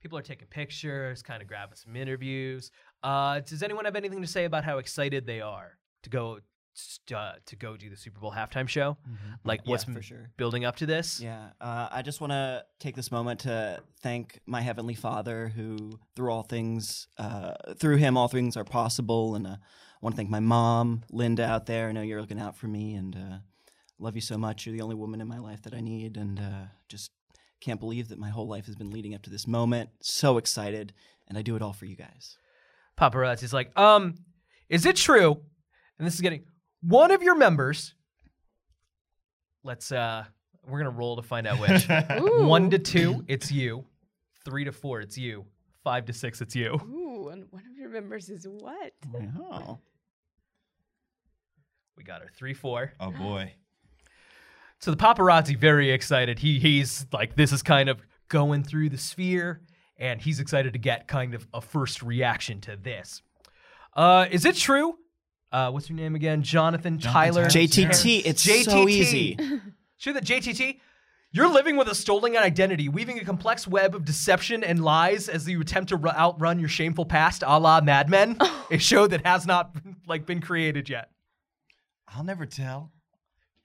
Speaker 3: people are taking pictures, kind of grabbing some interviews. Uh, does anyone have anything to say about how excited they are to go st- uh, to go do the Super Bowl halftime show? Like
Speaker 5: Mm-hmm. Yeah,
Speaker 3: what's
Speaker 5: for
Speaker 3: m-
Speaker 5: sure.
Speaker 3: building up to this?
Speaker 5: Yeah, uh, I just want to take this moment to thank my heavenly Father, who through all things, uh, through Him, all things are possible. And uh, I want to thank my mom, Linda, out there. I know you're looking out for me, and uh, love you so much. You're the only woman in my life that I need, and uh, just can't believe that my whole life has been leading up to this moment. So excited, and I do it all for you guys.
Speaker 3: paparazzi's like, um, is it true? And this is getting one of your members. Let's uh we're gonna roll to find out which.
Speaker 4: Ooh.
Speaker 3: one to two, it's you. Three to four, it's you. Five to six, it's you.
Speaker 4: Ooh, and one of your members is what?
Speaker 5: Wow.
Speaker 3: We got her. Three, four.
Speaker 6: oh boy.
Speaker 3: So the paparazzi very excited. He he's like, this is kind of going through the sphere, and he's excited to get kind of a first reaction to this. Uh, is it true? Uh, what's your name again? Jonathan, Tyler.
Speaker 6: Tyler.
Speaker 5: JTT, it's so
Speaker 3: JTT.
Speaker 5: easy.
Speaker 3: Sure, that JTT, you're living with a stolen identity, weaving a complex web of deception and lies as you attempt to ru- outrun your shameful past, a la Mad Men, a show that has not like been created yet.
Speaker 6: I'll never tell.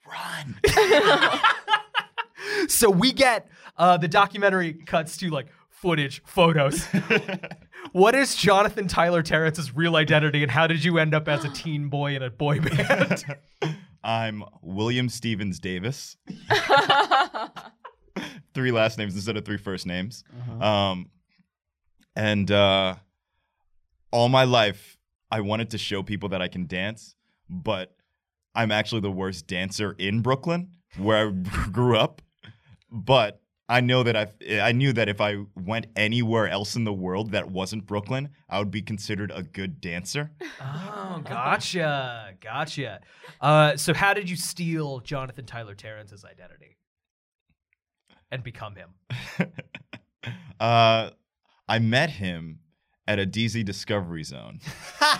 Speaker 6: Run.
Speaker 3: So we get uh, the documentary cuts to like footage, photos. what is Jonathan Tyler Terrence's real identity, and how did you end up as a teen boy in a boy band?
Speaker 6: I'm William Stevens Davis. three last names instead of three first names. Um, and uh, all my life, I wanted to show people that I can dance, but I'm actually the worst dancer in Brooklyn, where I grew up. But I know that I I knew that if I went anywhere else in the world that wasn't Brooklyn, I would be considered a good dancer.
Speaker 3: oh, gotcha, gotcha. Uh, so how did you steal Jonathan Tyler Terrence's identity and become him?
Speaker 6: uh, I met him at a DZ Discovery Zone. uh,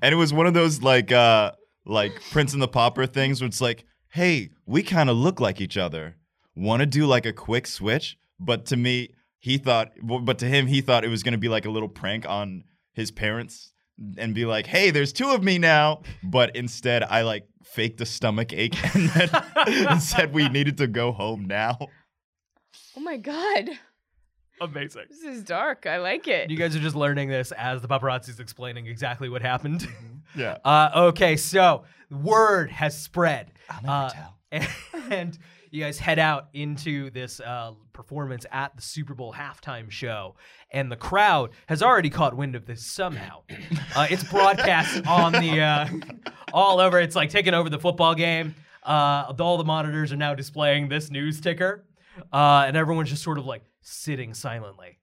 Speaker 6: and it was one of those like uh, like Prince and the Popper things where it's like, hey, we kind of look like each other. Want to do like a quick switch? But to me, he thought, w- but to him, he thought it was gonna be like a little prank on his parents and be like, hey, there's two of me now. But instead, I like faked a stomach ache and, then, and said we needed to go home now.
Speaker 4: Oh my god.
Speaker 3: Amazing.
Speaker 4: This is dark. I like it.
Speaker 3: You guys are just learning this as the paparazzi's explaining exactly what happened.
Speaker 6: Yeah.
Speaker 3: Uh, okay, so word has spread.
Speaker 6: I'll never
Speaker 3: Uh,
Speaker 6: tell.
Speaker 3: And, you guys head out into this uh, performance at the Super Bowl halftime show, and the crowd has already caught wind of this somehow. uh, it's broadcast on the uh, all over. It's like taking over the football game. Uh, all the monitors are now displaying this news ticker, uh, and everyone's just sort of like sitting silently,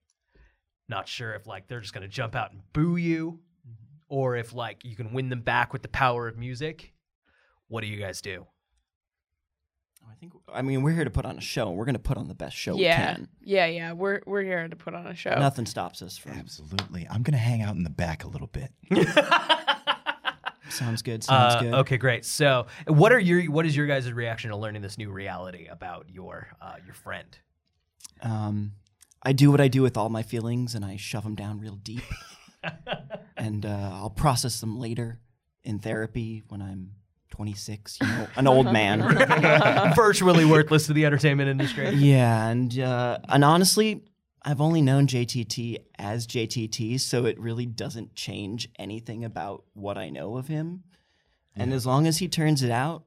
Speaker 3: not sure if like they're just gonna jump out and boo you, or if like you can win them back with the power of music. What do you guys do?
Speaker 5: Oh, I think. I mean, we're here to put on a show. We're going to put on the best show we
Speaker 4: yeah. Oh.
Speaker 5: can.
Speaker 4: Yeah, yeah. We're we're here to put on a show.
Speaker 5: Nothing stops us from.
Speaker 6: Absolutely. I'm going to hang out in the back a little bit.
Speaker 5: Sounds good. Sounds
Speaker 3: Uh,
Speaker 5: good.
Speaker 3: Okay, great. So, what are your what is your guys' reaction to learning this new reality about your uh, your friend?
Speaker 5: Um, I do what I do with all my feelings, and I shove them down real deep, and uh, I'll process them later in therapy when I'm 26, you know, an old man.
Speaker 3: Virtually worthless to the entertainment industry.
Speaker 5: yeah, and uh, and honestly, I've only known JTT as JTT, so it really doesn't change anything about what I know of him. And as long as he turns it out,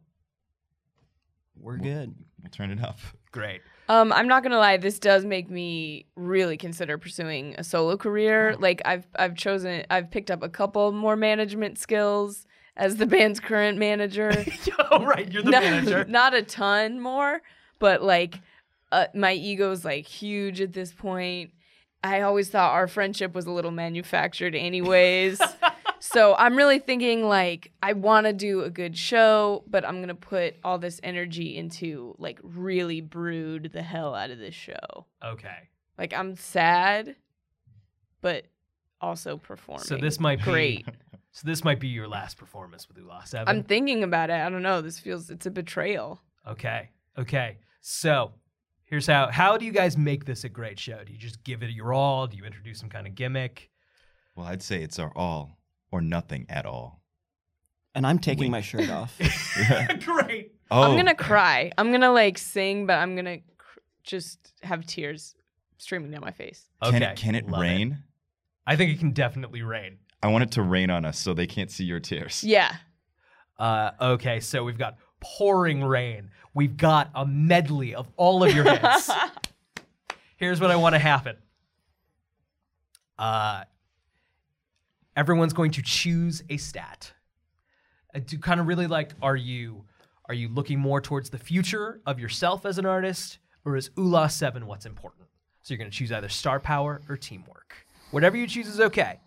Speaker 5: we're good.
Speaker 6: We'll turn it up.
Speaker 3: Great.
Speaker 4: Um, I'm not gonna lie, this does make me really consider pursuing a solo career. Like I've I've chosen I've picked up a couple more management skills as the band's current manager.
Speaker 3: oh, right. You're the
Speaker 4: not,
Speaker 3: manager.
Speaker 4: not a ton more, but like uh, my ego's like huge at this point. I always thought our friendship was a little manufactured, anyways. so I'm really thinking like I want to do a good show, but I'm gonna put all this energy into like really brood the hell out of this show.
Speaker 3: Okay.
Speaker 4: Like I'm sad, but also performing.
Speaker 3: So this might be
Speaker 4: great.
Speaker 3: So this might be your last performance with Ula 7
Speaker 4: I'm thinking about it. I don't know. This feels it's a betrayal.
Speaker 3: Okay. Okay. So here's how how do you guys make this a great show? Do you just give it your all? Do you introduce some kind of gimmick?
Speaker 6: Well, I'd say it's our all or nothing at all.
Speaker 5: And I'm taking my shirt off.
Speaker 3: great.
Speaker 6: Oh,
Speaker 4: I'm gonna cry. I'm gonna like sing, but I'm gonna cr- just have tears streaming down my face.
Speaker 6: can
Speaker 3: Okay.
Speaker 6: it, can it
Speaker 3: Love
Speaker 6: rain?
Speaker 3: I think it can definitely rain.
Speaker 6: I want it to rain on us so they can't see your tears.
Speaker 4: Yeah,
Speaker 3: Uh, okay, so we've got pouring rain. We've got a medley of all of your hits. Here's what I want to happen. Uh, everyone's going to choose a stat Uh, to kind of really like, are you are you looking more towards the future of yourself as an artist, or is ULA Seven what's important? So you're going to choose either star power or teamwork. Whatever you choose is okay,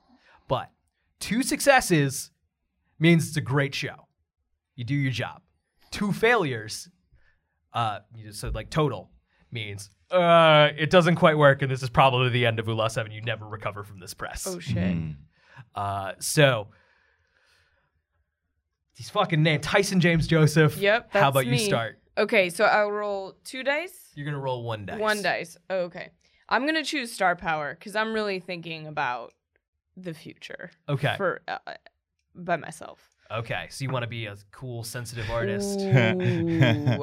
Speaker 3: but two successes means it's a great show. You do your job. Two failures, uh, you just said like total means uh, it doesn't quite work, and this is probably the end of Ula Seven. You never recover from this press.
Speaker 4: Oh shit.
Speaker 3: Hmm. Uh, so he's fucking named Tyson James Joseph.
Speaker 4: Yep. That's
Speaker 3: How about you
Speaker 4: me.
Speaker 3: start?
Speaker 4: Okay, so I'll roll two dice,
Speaker 3: You're gonna roll one dice.
Speaker 4: one dice. Oh, okay, I'm gonna choose star power because I'm really thinking about the future.
Speaker 3: Okay.
Speaker 4: For uh, by myself.
Speaker 3: Okay. So you want to be a cool, sensitive artist.
Speaker 4: Ooh,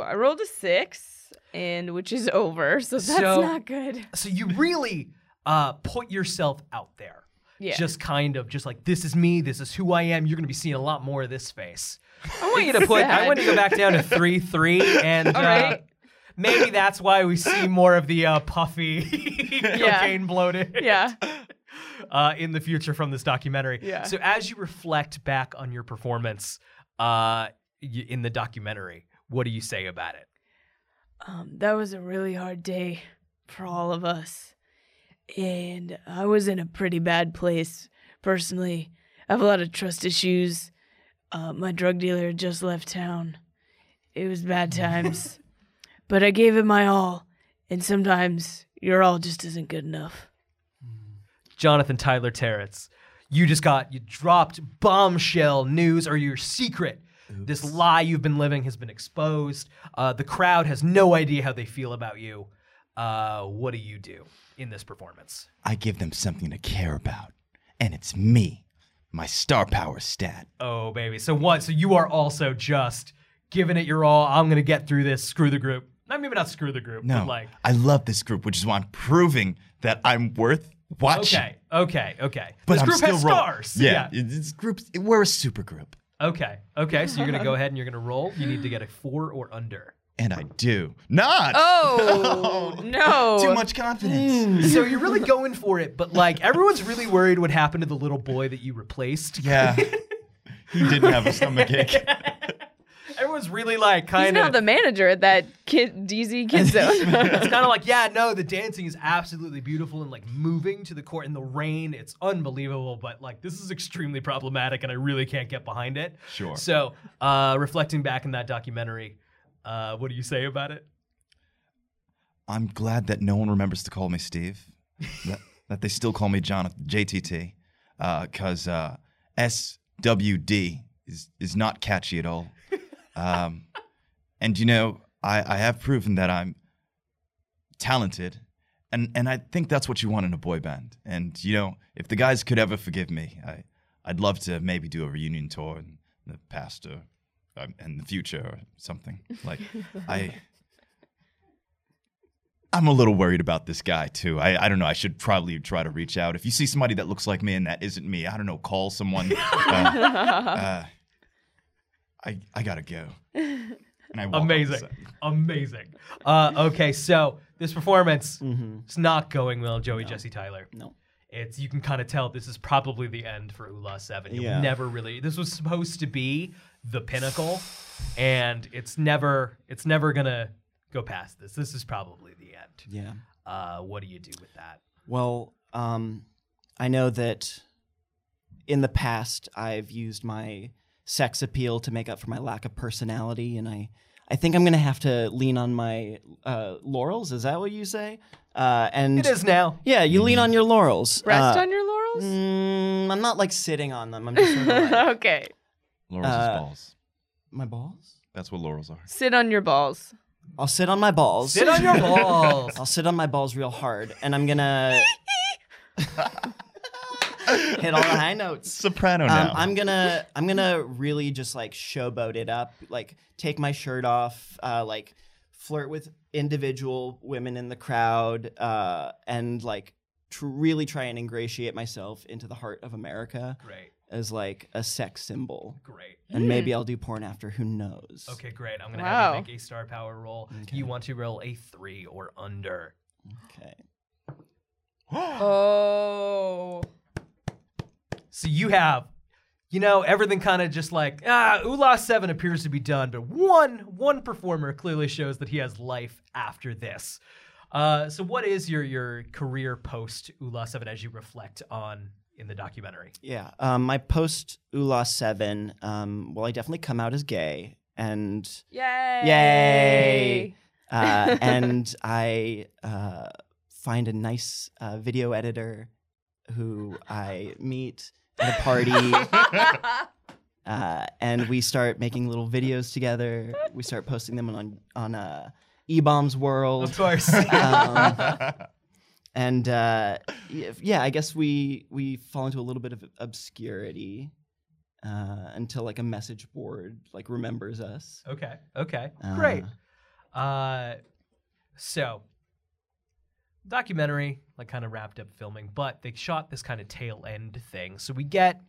Speaker 4: I rolled a six, and which is over, so that's
Speaker 3: So-
Speaker 4: not good.
Speaker 3: so you really uh, put yourself out there.
Speaker 4: Yeah.
Speaker 3: Just kind of just like this is me, this is who I am. You're gonna be seeing a lot more of this face. I want you to put. I
Speaker 4: Sad.
Speaker 3: want to go back down to three three, and uh,
Speaker 4: All right.
Speaker 3: maybe that's why we see more of the uh, puffy, cocaine bloated.
Speaker 4: Yeah.
Speaker 3: uh, in the future from this documentary.
Speaker 4: Yeah.
Speaker 3: So as you reflect back on your performance uh, y- in the documentary, what do you say about it?
Speaker 4: Um, that was a really hard day for all of us. And I was in a pretty bad place personally. I have a lot of trust issues. Uh, my drug dealer had just left town. It was bad times. but I gave it my all. And sometimes your all just isn't good enough.
Speaker 3: Jonathan Tyler Terrence, you just got you dropped bombshell news or your secret. This lie you've been living has been exposed. Uh, the crowd has no idea how they feel about you. Uh, what do you do in this performance?
Speaker 6: I give them something to care about, and it's me, my star power stat.
Speaker 3: Oh baby, so what? So you are also just giving it your all. I'm gonna get through this. Screw the group. Not maybe not screw the group,
Speaker 6: No,
Speaker 3: but like
Speaker 6: I love this group, which is why I'm proving that I'm worth watching.
Speaker 3: Okay, okay, okay.
Speaker 6: But
Speaker 3: this
Speaker 6: I'm
Speaker 3: group
Speaker 6: still
Speaker 3: has
Speaker 6: wrong.
Speaker 3: stars.
Speaker 6: Yeah, it- it's groups. We're a super group,
Speaker 3: Okay, okay. So you're gonna go ahead and you're gonna roll. You need to get a four or under.
Speaker 6: and I do not.
Speaker 4: Oh, no.
Speaker 6: Too much confidence.
Speaker 3: So you're really going for it, but like everyone's really worried what happened to the little boy that you replaced.
Speaker 6: Yeah, he didn't have a stomach ache.
Speaker 3: Everyone's really like
Speaker 4: He's
Speaker 3: kind
Speaker 4: now
Speaker 3: of.
Speaker 4: the manager at that kid, DZ Kid Zone.
Speaker 3: it's kind of like yeah, no. The dancing is absolutely beautiful and like moving to the court in the rain. It's unbelievable, but like this is extremely problematic, and I really can't get behind it.
Speaker 6: Sure.
Speaker 3: So uh, reflecting back in that documentary, uh, what do you say about it?
Speaker 6: I'm glad that no one remembers to call me Steve. that, that they still call me Jonathan JTT, because uh, SWD is is not catchy at all. Um, and you know, I, I have proven that I'm talented, and and I think that's what you want in a boy band. And you know, if the guys could ever forgive me, I I'd love to maybe do a reunion tour in the past or um, in the future or something. Like I. I'm a little worried about this guy too. I, I don't know. I should probably try to reach out. If you see somebody that looks like me and that isn't me, I don't know. Call someone. Uh, uh, I I gotta go. And I walk off the
Speaker 3: Amazing.
Speaker 6: set.
Speaker 3: Amazing. Uh, okay, so this performance it's not going well, Joey Jesse Tyler.
Speaker 5: Mm-hmm. No.
Speaker 3: it's you can kind of tell this is probably the end for Ula Seven. It
Speaker 5: Yeah.
Speaker 3: never really. This was supposed to be the pinnacle, and it's never it's never gonna go past this. This is probably the end.
Speaker 5: Yeah.
Speaker 3: Uh, what do you do with that?
Speaker 5: Well, um, I know that in the past I've used my sex appeal to make up for my lack of personality, and I, I think I'm gonna have to lean on my uh, laurels. Is that what you say? Uh, and
Speaker 3: It is now.
Speaker 5: Yeah, you lean on your laurels.
Speaker 4: Rest
Speaker 5: Uh,
Speaker 4: on your laurels?
Speaker 5: mm, I'm not like sitting on them. I'm just sort of like,
Speaker 4: okay.
Speaker 6: Laurels
Speaker 5: Uh,
Speaker 6: is balls.
Speaker 5: my balls.
Speaker 6: That's what laurels are.
Speaker 4: Sit on your balls.
Speaker 5: I'll sit on my balls.
Speaker 3: Sit on your balls.
Speaker 5: I'll sit on my balls real hard, and I'm gonna hit all the high notes.
Speaker 6: Soprano
Speaker 5: Um,
Speaker 6: now.
Speaker 5: I'm gonna I'm gonna really just like showboat it up, like take my shirt off, uh, like flirt with individual women in the crowd, uh, and like tr- really try and ingratiate myself into the heart of America
Speaker 3: Great,
Speaker 5: as like a sex symbol.
Speaker 3: great.
Speaker 5: And maybe I'll do porn after. Who knows?
Speaker 3: Okay, great. I'm gonna
Speaker 4: Wow.
Speaker 3: have you make a star power roll. You want to roll a three or under.
Speaker 5: Okay.
Speaker 4: Oh.
Speaker 3: So you have, you know, everything kind of just like ah, Ula Seven appears to be done, but one one performer clearly shows that he has life after this. Uh, so what is your your career post Ula Seven as you reflect on in the documentary?
Speaker 5: Yeah. Um, my post ULA seven. Um, well, I definitely come out as gay, and
Speaker 4: Yay.
Speaker 5: Yay. uh, and I uh, find a nice uh, video editor who I meet at a party, uh, and we start making little videos together. We start posting them on on uh, E Bombs World.
Speaker 3: Of course.
Speaker 5: Um, and uh, y- yeah, I guess we we fall into a little bit of obscurity uh, until like a message board like remembers us.
Speaker 3: okay. Okay. Great.
Speaker 5: Uh,
Speaker 3: Uh, so documentary like kind of wrapped up filming but they shot this kind of tail end thing so we get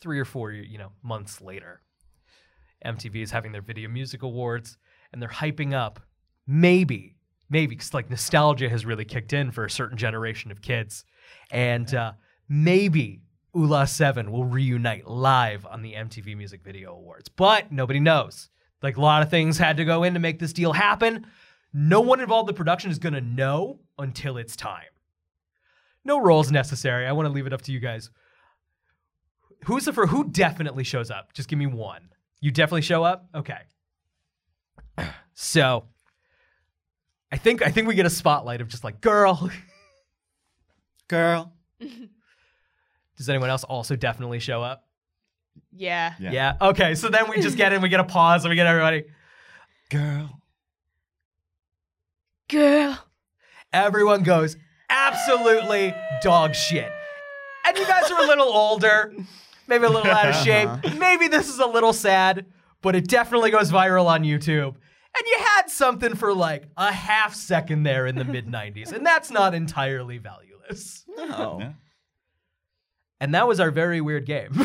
Speaker 3: three or four you know months later mtv is having their video music awards and they're hyping up maybe maybe because like nostalgia has really kicked in for a certain generation of kids and uh, maybe ula 7 will reunite live on the mtv music video awards but nobody knows like a lot of things had to go in to make this deal happen no one involved in the production is going to know until it's time no roles necessary i want to leave it up to you guys who's the for who definitely shows up just give me one you definitely show up okay so i think i think we get a spotlight of just like girl
Speaker 5: girl.
Speaker 3: does anyone else also definitely show up
Speaker 4: Yeah.
Speaker 6: Yeah.
Speaker 3: yeah okay so then we just get in we get a pause and we get everybody
Speaker 5: Girl.
Speaker 4: Girl.
Speaker 3: everyone goes absolutely dog shit. And you guys are a little older, maybe a little out of shape. Maybe this is a little sad, but it definitely goes viral on YouTube. And you had something for like a half second there in the mid 90s, and that's not entirely valueless.
Speaker 5: No.
Speaker 6: Yeah.
Speaker 3: And that was our very weird game.
Speaker 4: Yay.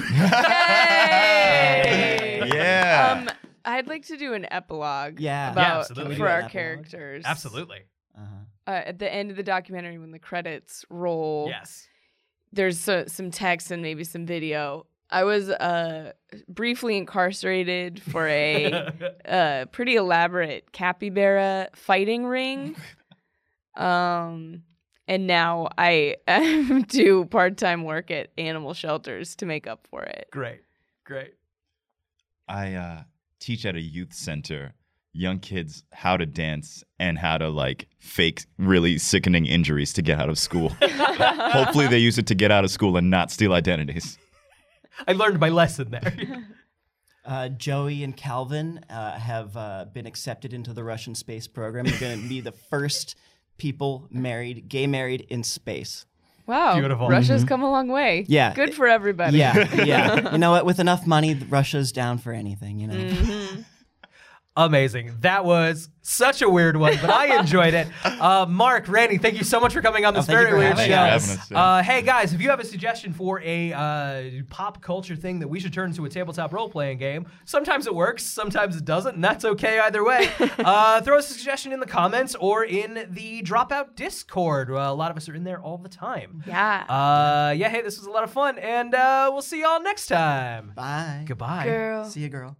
Speaker 6: yeah.
Speaker 4: Um, I'd like to do an epilogue.
Speaker 5: Yeah. Yeah,
Speaker 4: About,
Speaker 3: absolutely.
Speaker 4: For
Speaker 5: Can we do
Speaker 4: our
Speaker 5: an epilogue?
Speaker 4: characters.
Speaker 3: Absolutely.
Speaker 5: Uh-huh.
Speaker 4: Uh, at the end of the documentary, when the credits roll,
Speaker 3: Yes.
Speaker 4: there's uh, some text and maybe some video. I was uh, briefly incarcerated for a uh, pretty elaborate capybara fighting ring. Um, and now I do part time work at animal shelters to make up for it.
Speaker 3: Great. Great.
Speaker 6: I uh, teach at a youth center young kids how to dance and how to like fake really sickening injuries to get out of school. Hopefully they use it to get out of school and not steal identities.
Speaker 3: I learned my lesson there.
Speaker 5: Uh, Joey and Calvin uh, have uh, been accepted into the Russian space program. They're going to be the first people married, gay married in space.
Speaker 4: Wow.
Speaker 3: Beautiful.
Speaker 4: Russia's come a long way.
Speaker 5: Mm-hmm. Yeah.
Speaker 4: Good for everybody.
Speaker 5: Yeah, yeah. You know what? With enough money, th- Russia's down for anything. You know.
Speaker 3: amazing. That was such a weird one, but I enjoyed it. Uh, Mark, Randy, thank you so much for coming on this
Speaker 5: thank you
Speaker 3: very
Speaker 5: for
Speaker 3: weird
Speaker 5: having
Speaker 3: show.
Speaker 6: us. Thanks for having us,
Speaker 3: Uh,
Speaker 6: yeah.
Speaker 3: hey guys, if you have a suggestion for a uh, pop culture thing that we should turn into a tabletop role playing game, sometimes it works, sometimes it doesn't, and that's okay either way. uh, throw us a suggestion in the comments or in the Dropout Discord. Uh, a lot of us are in there all the time.
Speaker 4: Yeah.
Speaker 3: Uh, yeah, hey, this was a lot of fun, and uh, we'll see y'all next time.
Speaker 5: Bye.
Speaker 3: Goodbye.
Speaker 4: Girl.
Speaker 5: See you, girl.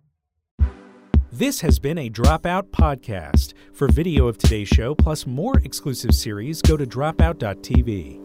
Speaker 1: This has been a Dropout podcast. For video of today's show plus more exclusive series, go to dropout.tv.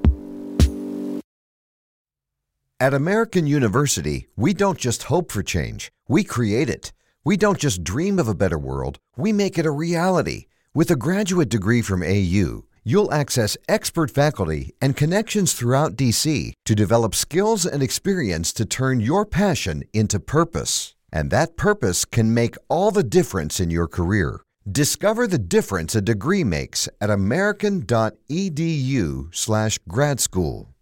Speaker 7: At American University, we don't just hope for change, we create it. We don't just dream of a better world, we make it a reality. With a graduate degree from AU, you'll access expert faculty and connections throughout DC to develop skills and experience to turn your passion into purpose. And that purpose can make all the difference in your career. Discover the E difference a degree makes at american.edu/grad school.